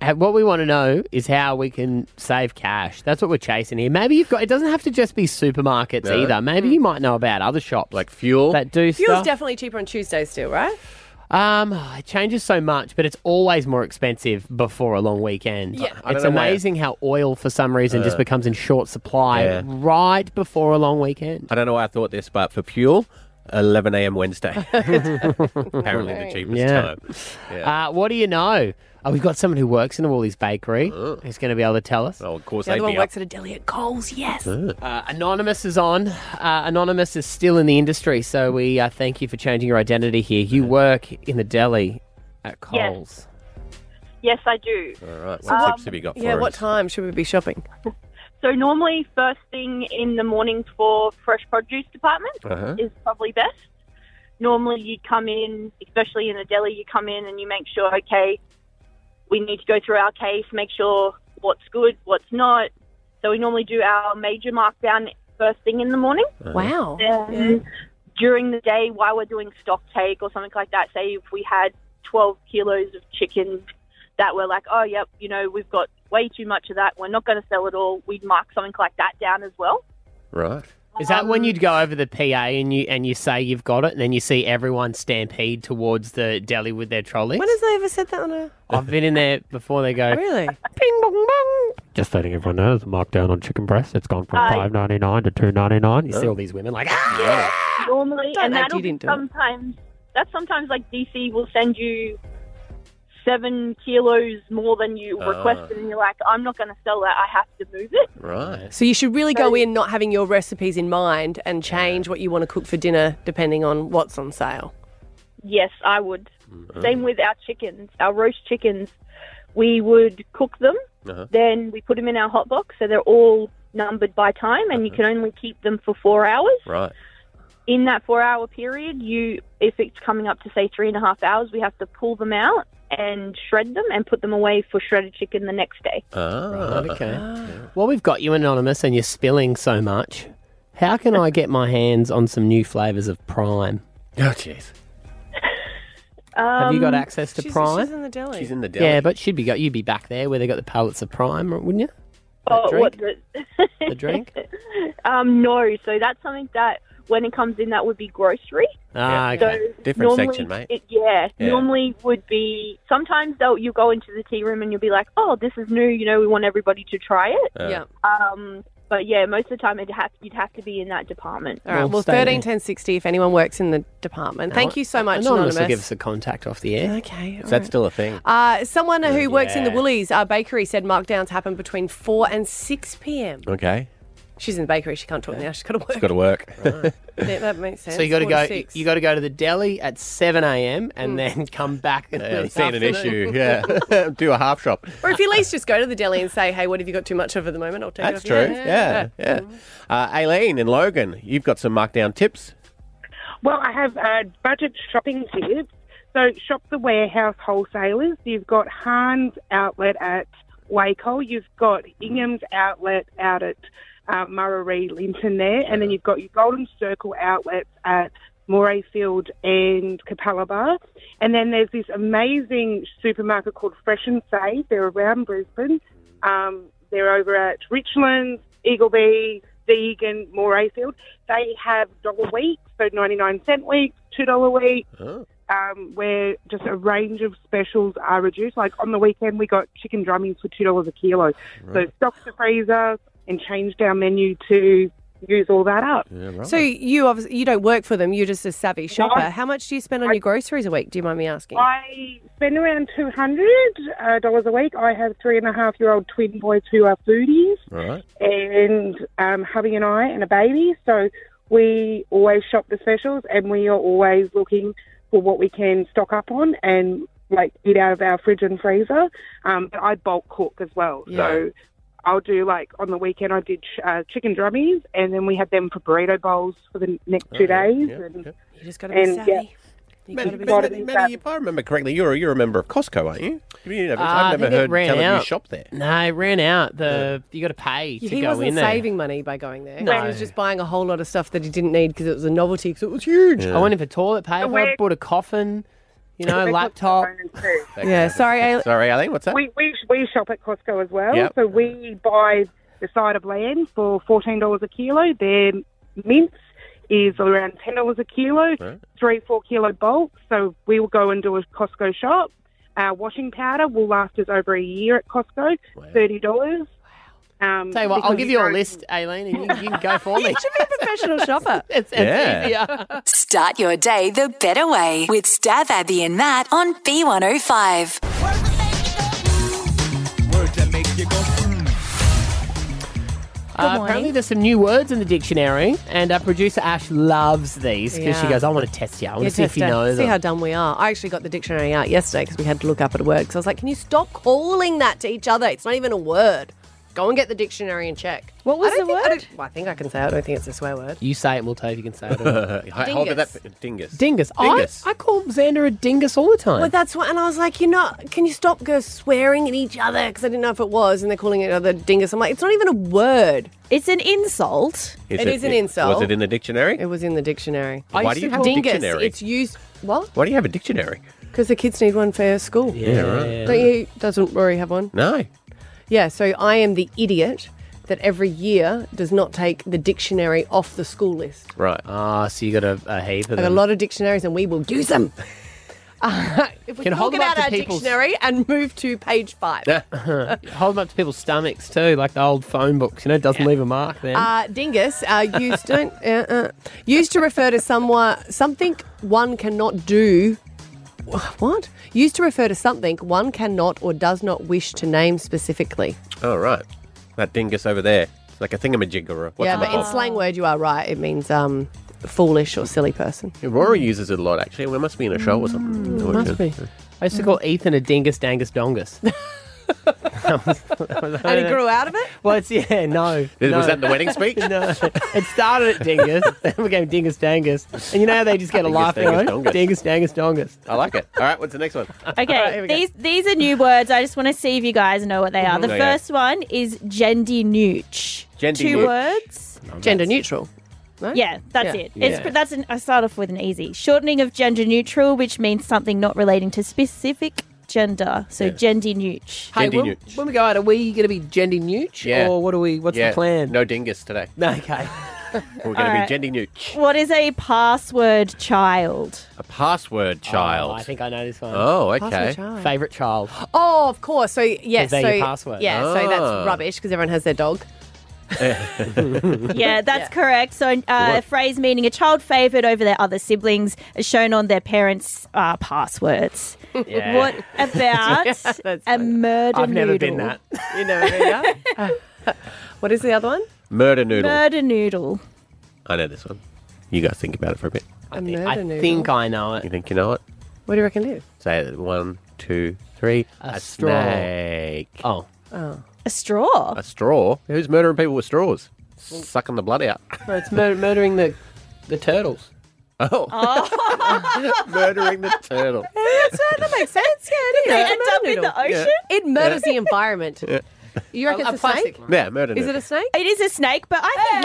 [SPEAKER 1] Uh, What we want to know is how we can save cash. That's what we're chasing here. Maybe you've got. It doesn't have to just be supermarkets
[SPEAKER 2] No.
[SPEAKER 1] either. Maybe you might know about other shops like
[SPEAKER 2] fuel
[SPEAKER 1] that do
[SPEAKER 3] Fuel's
[SPEAKER 1] stuff.
[SPEAKER 3] definitely cheaper on Tuesdays still, right?
[SPEAKER 1] um, it changes so much, but it's always more expensive before a long weekend.
[SPEAKER 3] Yeah. I- I
[SPEAKER 1] it's
[SPEAKER 2] don't know why-
[SPEAKER 1] amazing how oil for some reason just
[SPEAKER 2] Uh,
[SPEAKER 1] becomes in short supply
[SPEAKER 2] yeah.
[SPEAKER 1] right before a long weekend.
[SPEAKER 2] I don't know why I thought this, but for fuel, 11 a.m. Wednesday. Apparently the cheapest
[SPEAKER 1] Yeah.
[SPEAKER 2] time. Yeah.
[SPEAKER 1] Uh, what do you know? Oh, we've got someone who works in a Woolies bakery
[SPEAKER 2] Uh.
[SPEAKER 1] who's going to be able to tell us.
[SPEAKER 2] Oh, of course
[SPEAKER 3] The other one works at a deli at Coles. Yes.
[SPEAKER 1] Uh, Anonymous is on. Uh, Anonymous is still in the industry, so we uh, thank you for changing your identity here. You work in the deli at
[SPEAKER 8] Yes.
[SPEAKER 1] Coles.
[SPEAKER 8] Yes, I do.
[SPEAKER 2] All right. What
[SPEAKER 8] Um,
[SPEAKER 2] tips have you got for
[SPEAKER 3] Yeah. What
[SPEAKER 2] us?
[SPEAKER 3] time should we be shopping?
[SPEAKER 8] So normally, first thing in the morning for fresh produce department
[SPEAKER 2] Uh-huh.
[SPEAKER 8] is probably best. Normally, you come in, especially in the deli, you come in and you make sure, okay, we need to go through our case, make sure what's good, what's not. So we normally do our major markdown first thing in the morning.
[SPEAKER 1] Uh,
[SPEAKER 3] Wow.
[SPEAKER 8] Then during the day, while we're doing stock take or something like that, say if we had 12 kilos of chicken that we're like, oh, yep, you know, we've got way too much of that. We're not going to sell it all. We'd mark something like that down as well.
[SPEAKER 2] Right.
[SPEAKER 1] Is that when you'd go over the PA and you and you say you've got it, and then you see everyone stampede towards the deli with their trolleys?
[SPEAKER 3] When has they ever said that on a?
[SPEAKER 1] I've been in there before. They go
[SPEAKER 3] Really?
[SPEAKER 1] ping bong bong.
[SPEAKER 12] Just letting everyone know, there's a markdown on chicken breast. It's gone from
[SPEAKER 8] Aye.
[SPEAKER 12] five ninety nine to two ninety nine.
[SPEAKER 1] You see all these women like ah.
[SPEAKER 8] Normally,
[SPEAKER 3] Don't
[SPEAKER 8] and
[SPEAKER 3] act
[SPEAKER 8] that'll
[SPEAKER 3] you didn't
[SPEAKER 8] be
[SPEAKER 3] do it.
[SPEAKER 8] sometimes, that's sometimes like DC will send you seven kilos more than you
[SPEAKER 2] Ah.
[SPEAKER 8] requested, and you're like, I'm not going to sell that. I have to move it.
[SPEAKER 2] Right.
[SPEAKER 3] So you should really go in not having your recipes in mind and change what you want to cook for dinner depending on what's on sale.
[SPEAKER 8] Yes, I would. Same with our chickens, our roast chickens. We would cook them,
[SPEAKER 2] Uh-huh.
[SPEAKER 8] then we put them in our hot box, so they're all numbered by time, and you can only keep them for four hours.
[SPEAKER 2] Right.
[SPEAKER 8] In that four-hour period, you, if it's coming up to say three and a half hours, we have to pull them out and shred them and put them away for shredded chicken the next day.
[SPEAKER 3] Uh-huh.
[SPEAKER 2] Ah.
[SPEAKER 1] Right, okay. Well, we've got you anonymous, and you're spilling so much. How can I get my hands on some new flavors of Prime?
[SPEAKER 2] Oh, jeez.
[SPEAKER 8] Um,
[SPEAKER 1] Have you got access to
[SPEAKER 3] She's,
[SPEAKER 1] Prime?
[SPEAKER 3] she's in the deli.
[SPEAKER 2] She's in the deli.
[SPEAKER 1] Yeah, but she'd be go- you'd be back there where they got the pallets of prime, wouldn't you?
[SPEAKER 8] oh,
[SPEAKER 1] drink?
[SPEAKER 8] what the-
[SPEAKER 1] The drink.
[SPEAKER 8] um, no, so that's something that when it comes in, that would be grocery.
[SPEAKER 1] ah,
[SPEAKER 8] So
[SPEAKER 1] okay.
[SPEAKER 2] Different
[SPEAKER 8] normally
[SPEAKER 2] section, mate.
[SPEAKER 8] It, yeah,
[SPEAKER 2] Yeah.
[SPEAKER 8] normally would be sometimes though you go into the tea room and you'll be like, oh, this is new. You know, we want everybody to try it.
[SPEAKER 2] Uh,
[SPEAKER 3] yeah.
[SPEAKER 8] Um, but yeah, most of the time it'd have you'd have to be in that department.
[SPEAKER 3] All right.
[SPEAKER 1] Well,
[SPEAKER 3] Well,
[SPEAKER 1] stay there.
[SPEAKER 3] thirteen ten sixty. If anyone works in the department, thank you so much,
[SPEAKER 1] Anonymous,
[SPEAKER 3] anonymous.
[SPEAKER 1] will give us a contact off the air.
[SPEAKER 3] okay.
[SPEAKER 2] Is that still a thing?
[SPEAKER 3] Uh, someone who works in the
[SPEAKER 1] Yeah.
[SPEAKER 3] Woolies uh, bakery said markdowns happen between four and six p.m.
[SPEAKER 2] Okay.
[SPEAKER 3] She's in the bakery. She can't talk now. She's got to work.
[SPEAKER 2] Got to work.
[SPEAKER 3] Yeah, that makes sense.
[SPEAKER 1] So you got to
[SPEAKER 3] Four
[SPEAKER 1] go.
[SPEAKER 3] six. Hmm.
[SPEAKER 1] You got to go to the deli at seven a.m. and then come back. in
[SPEAKER 2] Yeah,
[SPEAKER 1] the
[SPEAKER 2] I'm seeing an
[SPEAKER 1] afternoon.
[SPEAKER 2] issue. Yeah. Do a half shop.
[SPEAKER 3] or if you at least just go to the deli and say, "Hey, what have you got too much of at the moment? I'll take
[SPEAKER 2] That's
[SPEAKER 3] it
[SPEAKER 2] true.
[SPEAKER 3] off you."
[SPEAKER 2] Yeah. Yeah. Uh, Aileen and Logan, you've got some markdown tips.
[SPEAKER 13] Well, I have uh, budget shopping tips. So shop the warehouse wholesalers. You've got Hahn's outlet at Waco. You've got Ingham's outlet out at uh, Murray Linton there, and then you've got your Golden Circle outlets at Morayfield and Capella Bar. And then there's this amazing supermarket called Fresh and Save. They're around Brisbane. Um, they're over at Richlands, Eagleby, vegan Moray Field. They have dollar weeks, so 99 cent weeks, $2 weeks, um, where just a range of specials are reduced. Like on the weekend, we got chicken drummings for $2 a kilo.
[SPEAKER 14] Right.
[SPEAKER 13] So stock the freezer and changed our menu to use all that up.
[SPEAKER 2] Yeah,
[SPEAKER 3] So you obviously you don't work for them. You're just a savvy shopper.
[SPEAKER 13] I-
[SPEAKER 3] How much do you spend on your groceries a week? Do you mind me asking?
[SPEAKER 13] I spend around two hundred uh, dollars a week. I have three and a half year old twin boys who are foodies,
[SPEAKER 2] Right.
[SPEAKER 13] and um, hubby and I and a baby. So we always shop the specials, and we are always looking for what we can stock up on and like eat out of our fridge and freezer. Um, but I bulk cook as well,
[SPEAKER 14] Yeah.
[SPEAKER 13] so. I'll do like on the weekend. I did uh, chicken drummies, and then we had them for burrito bowls for the next two days. and,
[SPEAKER 3] you just got
[SPEAKER 1] to be savvy.
[SPEAKER 3] You
[SPEAKER 2] Maddie, Maddie, Maddie, if I remember correctly, you're a, you're a member of Costco, aren't you? You know,
[SPEAKER 1] Ah, I
[SPEAKER 2] I've never
[SPEAKER 1] think it
[SPEAKER 2] heard
[SPEAKER 1] ran
[SPEAKER 2] tell you
[SPEAKER 1] out.
[SPEAKER 2] shop there.
[SPEAKER 1] No, it ran out. The you got to pay to
[SPEAKER 3] he
[SPEAKER 1] go
[SPEAKER 3] wasn't
[SPEAKER 1] in there.
[SPEAKER 3] saving money by going there.
[SPEAKER 1] No.
[SPEAKER 3] He was just buying a whole lot of stuff that he didn't need because it was a novelty because it was huge.
[SPEAKER 1] I went in for toilet paper.
[SPEAKER 3] where-
[SPEAKER 1] bought a coffin. You know,
[SPEAKER 3] They
[SPEAKER 1] laptop.
[SPEAKER 3] Yeah, sorry, I,
[SPEAKER 2] Sorry, Eileen, what's that?
[SPEAKER 13] We, we, we shop at Costco as well.
[SPEAKER 2] Yep.
[SPEAKER 13] So we buy the side of land for $14 a kilo. Their mince is around $10 a kilo,
[SPEAKER 2] Right.
[SPEAKER 13] three, four kilo bulk. So we will go and do a Costco shop. Our washing powder will last us over a year at Costco, $30. Wow. Um,
[SPEAKER 1] Tell you what, I'll
[SPEAKER 13] because
[SPEAKER 1] give you a
[SPEAKER 13] don't-
[SPEAKER 1] list, Aileen, and you, you can go for me.
[SPEAKER 3] You should be a professional shopper.
[SPEAKER 1] it's, it's
[SPEAKER 4] Yeah.
[SPEAKER 1] easier. Uh,
[SPEAKER 4] Start your day the better way with Stav, Abby, and Matt on B105.
[SPEAKER 1] Uh, apparently, there's some new words in the dictionary, and uh, producer Ash loves these because she
[SPEAKER 3] Yeah.
[SPEAKER 1] goes, "I want to test you. I want
[SPEAKER 3] Yeah,
[SPEAKER 1] to see if
[SPEAKER 3] test
[SPEAKER 1] you
[SPEAKER 3] out-
[SPEAKER 1] know
[SPEAKER 3] See how
[SPEAKER 1] them."
[SPEAKER 3] dumb we are. I actually got the dictionary out yesterday because we had to look up at work. Because I was like, can you stop calling that to each other? It's not even a word. Go and get the dictionary and check. What was the word? I, don't- well, I think I can say. I don't think it's a swear word.
[SPEAKER 1] You say it, and we'll tell if you can say it.
[SPEAKER 3] Hi- hold it Dingus.
[SPEAKER 2] dingus.
[SPEAKER 1] Dingus.
[SPEAKER 2] Dingus.
[SPEAKER 1] I, I call Xander a dingus all the time.
[SPEAKER 3] Well, that's what, and I was like, you know, can you stop girls swearing at each other? Because I didn't know if it was, and they're calling it other dingus. I'm like, it's not even a word. It's an insult.
[SPEAKER 2] Is
[SPEAKER 3] it is an insult.
[SPEAKER 2] Was it in the dictionary? It
[SPEAKER 3] was in the dictionary.
[SPEAKER 2] Why
[SPEAKER 3] I used
[SPEAKER 2] do
[SPEAKER 3] to
[SPEAKER 2] you
[SPEAKER 3] have
[SPEAKER 2] have a
[SPEAKER 3] dingus.
[SPEAKER 2] dictionary?
[SPEAKER 3] It's used what?
[SPEAKER 2] Why do you have a dictionary?
[SPEAKER 3] Because the kids need one for school.
[SPEAKER 2] Yeah, right.
[SPEAKER 3] Don't you? Doesn't Rory have one?
[SPEAKER 2] No.
[SPEAKER 3] Yeah, so I am the idiot that every year does not take the dictionary off the school list.
[SPEAKER 2] Right.
[SPEAKER 1] Ah, so you got a, a heap of
[SPEAKER 3] I've got a
[SPEAKER 1] them.
[SPEAKER 3] lot of dictionaries and we will use them. Uh, if we
[SPEAKER 1] Can
[SPEAKER 3] can
[SPEAKER 1] hold
[SPEAKER 3] talk
[SPEAKER 1] them up
[SPEAKER 3] about
[SPEAKER 1] to
[SPEAKER 3] our
[SPEAKER 1] people's-
[SPEAKER 3] dictionary and move to page five.
[SPEAKER 1] Hold them up to people's stomachs too, like the old phone books. You know, it doesn't leave a mark. Then
[SPEAKER 3] Uh, dingus uh, used, don't, uh, uh, used to refer to someone something one cannot do. What? Used to refer to something one cannot or does not wish to name specifically.
[SPEAKER 2] Oh, right. That dingus over there. It's like a thingamajig or a what's
[SPEAKER 3] yeah,
[SPEAKER 2] it
[SPEAKER 3] but in
[SPEAKER 2] called?
[SPEAKER 3] slang word, you are right. It means um, foolish or silly person.
[SPEAKER 2] Rory uses it a lot, actually. We must be in a show or something.
[SPEAKER 1] Mm, must be. I used to call Ethan a dingus, dangus, dongus.
[SPEAKER 3] And he grew out of it?
[SPEAKER 1] Well, it's yeah, no.
[SPEAKER 2] Was
[SPEAKER 1] no.
[SPEAKER 2] that the wedding speech?
[SPEAKER 1] no, it started at dingus, then it became dingus, dangus, and you know how they just get a
[SPEAKER 2] Dingus,
[SPEAKER 1] laugh,
[SPEAKER 2] dangus,
[SPEAKER 1] right?
[SPEAKER 2] dongus.
[SPEAKER 1] Dingus, dangus, dongus.
[SPEAKER 2] I like it. All right, what's the next one?
[SPEAKER 11] Okay, these these are new words. I just want to see if you guys know what they are. The
[SPEAKER 2] Okay.
[SPEAKER 11] first one is gender neutral.
[SPEAKER 2] Gender
[SPEAKER 11] Two
[SPEAKER 2] neut-
[SPEAKER 11] words.
[SPEAKER 3] Gender neutral. right?
[SPEAKER 11] Yeah, that's
[SPEAKER 3] Yeah.
[SPEAKER 11] it. It's
[SPEAKER 3] Yeah.
[SPEAKER 11] that's an, I start off with an easy shortening of gender neutral, which means something not relating to specific gender. So gender neutral.
[SPEAKER 1] Hey, when, when we go out, are we going to be gendy nooch?
[SPEAKER 2] Yeah.
[SPEAKER 1] Or what are we? What's
[SPEAKER 2] Yeah,
[SPEAKER 1] the plan?
[SPEAKER 2] No dingus today.
[SPEAKER 1] Okay.
[SPEAKER 2] We're going
[SPEAKER 11] All
[SPEAKER 2] to
[SPEAKER 11] right.
[SPEAKER 2] be Jendy Nooch.
[SPEAKER 11] What is a password child?
[SPEAKER 2] A password child.
[SPEAKER 1] Oh, I think I know this one.
[SPEAKER 2] Oh, okay. Password
[SPEAKER 3] child.
[SPEAKER 1] Favorite child.
[SPEAKER 3] Oh, of course. So yes,
[SPEAKER 1] Is that
[SPEAKER 3] so
[SPEAKER 1] your password?
[SPEAKER 3] yeah, so
[SPEAKER 1] Ah.
[SPEAKER 3] that's rubbish because everyone has their dog.
[SPEAKER 11] yeah, that's correct. So, uh, a
[SPEAKER 3] What?
[SPEAKER 11] phrase meaning a child favoured over their other siblings is shown on their parents' uh, passwords.
[SPEAKER 1] Yeah.
[SPEAKER 11] What about
[SPEAKER 3] Yeah, Um,
[SPEAKER 11] a murder
[SPEAKER 1] I've never been
[SPEAKER 11] noodle?
[SPEAKER 1] that.
[SPEAKER 3] You know, yeah. what is the other one?
[SPEAKER 2] Murder Noodle.
[SPEAKER 11] Murder noodle.
[SPEAKER 2] I know this one. You guys think about it for a bit.
[SPEAKER 3] A murder
[SPEAKER 1] I
[SPEAKER 3] noodle.
[SPEAKER 1] think I know it.
[SPEAKER 2] You think you know it?
[SPEAKER 3] What do you reckon it is?
[SPEAKER 2] Say it. One, two, three.
[SPEAKER 1] A straw.
[SPEAKER 2] snake.
[SPEAKER 1] Oh.
[SPEAKER 3] Oh.
[SPEAKER 11] A straw.
[SPEAKER 2] A straw? Who's murdering people with straws? Sucking the blood out.
[SPEAKER 1] No, it's mur- murdering the the turtles.
[SPEAKER 2] Oh.
[SPEAKER 1] Oh.
[SPEAKER 2] murdering the turtle.
[SPEAKER 3] that makes sense. Yeah, it is.
[SPEAKER 11] They
[SPEAKER 3] It's a
[SPEAKER 11] end
[SPEAKER 3] murder
[SPEAKER 11] up in the
[SPEAKER 3] noodle.
[SPEAKER 11] ocean?
[SPEAKER 3] It murders the environment. You reckon
[SPEAKER 11] A- a
[SPEAKER 3] it's a,
[SPEAKER 11] plastic
[SPEAKER 3] snake?
[SPEAKER 2] Yeah, murder
[SPEAKER 3] Is
[SPEAKER 2] noodle.
[SPEAKER 3] it a snake?
[SPEAKER 11] It is a snake, but I think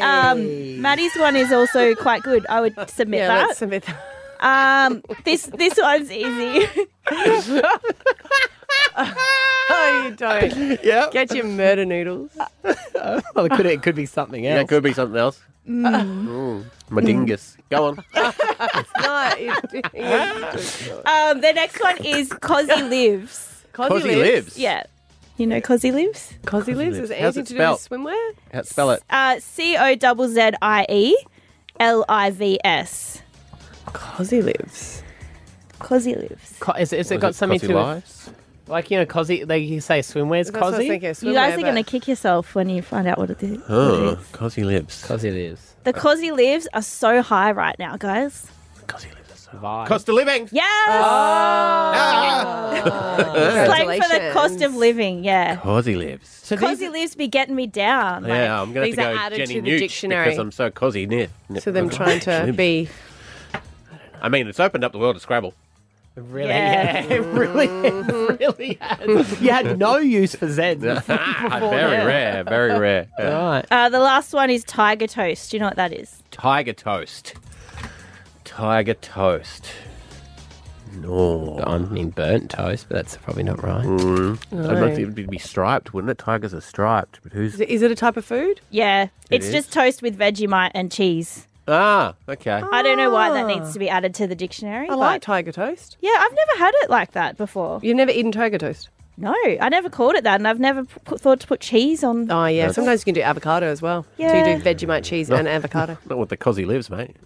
[SPEAKER 11] Maddie's um, Maddie's one is also quite good. I would submit
[SPEAKER 3] Yeah,
[SPEAKER 11] that.
[SPEAKER 3] let's submit that.
[SPEAKER 11] Um, this this one's easy.
[SPEAKER 3] no, you don't.
[SPEAKER 2] Yeah.
[SPEAKER 3] Get your murder noodles.
[SPEAKER 1] well, it could, it could be something else.
[SPEAKER 2] Yeah, it could be something else. Mm. Madingus. Go on.
[SPEAKER 3] It's not. It's doing it.
[SPEAKER 11] Um, the next one is Cozzy Lives.
[SPEAKER 2] Cozzy Cozzy Lives? Lives?
[SPEAKER 11] Yeah. You know Cozzy Lives?
[SPEAKER 3] Cozzy
[SPEAKER 2] Lives? Is it How's anything it to do with spelt?
[SPEAKER 3] swimwear?
[SPEAKER 2] How- Spell it.
[SPEAKER 11] Uh, C O Z Z I E L I V S.
[SPEAKER 3] Cozzy Lives.
[SPEAKER 11] Cozzy Lives.
[SPEAKER 1] Co- is, is it
[SPEAKER 2] Was
[SPEAKER 1] got
[SPEAKER 2] it
[SPEAKER 1] something
[SPEAKER 2] Cozzy
[SPEAKER 1] to do
[SPEAKER 2] Lives?
[SPEAKER 1] with, like you know, Cozzy? Like you say, swimwear's
[SPEAKER 3] That's what I was
[SPEAKER 1] Cozzy.
[SPEAKER 3] thinking, swimwear,
[SPEAKER 11] You guys are going to kick yourself when you find out what it is.
[SPEAKER 2] Oh, Cozzy Lips. Cozzy
[SPEAKER 1] Lips.
[SPEAKER 11] The Cozzy Lives are so high right now, guys.
[SPEAKER 2] Cost of living.
[SPEAKER 6] Oh.
[SPEAKER 11] Yes!
[SPEAKER 3] Oh,
[SPEAKER 2] Ah.
[SPEAKER 11] Slang for the cost of living, yeah.
[SPEAKER 2] Cozzy Lips.
[SPEAKER 11] Cozzy Lives be getting me down.
[SPEAKER 2] yeah, I'm going
[SPEAKER 11] these
[SPEAKER 2] to
[SPEAKER 11] are
[SPEAKER 2] have to
[SPEAKER 11] added
[SPEAKER 2] go Jenny
[SPEAKER 11] to the
[SPEAKER 2] Nuch
[SPEAKER 11] dictionary.
[SPEAKER 2] because I'm so cozzy. Nif. Nif-
[SPEAKER 3] So them trying to be.
[SPEAKER 2] I mean, it's opened up the world of Scrabble.
[SPEAKER 1] Really? Yeah. it really, it really has. You had no use for Zeds. before
[SPEAKER 2] Ah, very
[SPEAKER 1] now.
[SPEAKER 2] rare, very rare.
[SPEAKER 1] Right.
[SPEAKER 11] Uh, the last one is Tiger Toast. Do you know what that is?
[SPEAKER 2] Tiger toast. Tiger toast. No.
[SPEAKER 1] I mean, burnt toast, but that's probably not right.
[SPEAKER 3] No.
[SPEAKER 2] I'd like it would be striped, wouldn't it? Tigers are striped, but who's
[SPEAKER 3] Is it, is it a type of food?
[SPEAKER 11] Yeah,
[SPEAKER 2] It
[SPEAKER 11] it's
[SPEAKER 2] is?
[SPEAKER 11] just toast with Vegemite and cheese.
[SPEAKER 2] Ah, okay.
[SPEAKER 11] I don't know why that needs to be added to the dictionary.
[SPEAKER 3] I like tiger toast.
[SPEAKER 11] Yeah, I've never had it like that before.
[SPEAKER 3] You've never eaten tiger toast?
[SPEAKER 11] No, I never called it that, and I've never p- put, thought to put cheese on.
[SPEAKER 3] Oh yeah,
[SPEAKER 2] That's-
[SPEAKER 3] sometimes you can do avocado as well. So
[SPEAKER 11] Yeah.
[SPEAKER 3] you do Vegemite cheese and avocado.
[SPEAKER 2] Not with the cozzy lives, mate.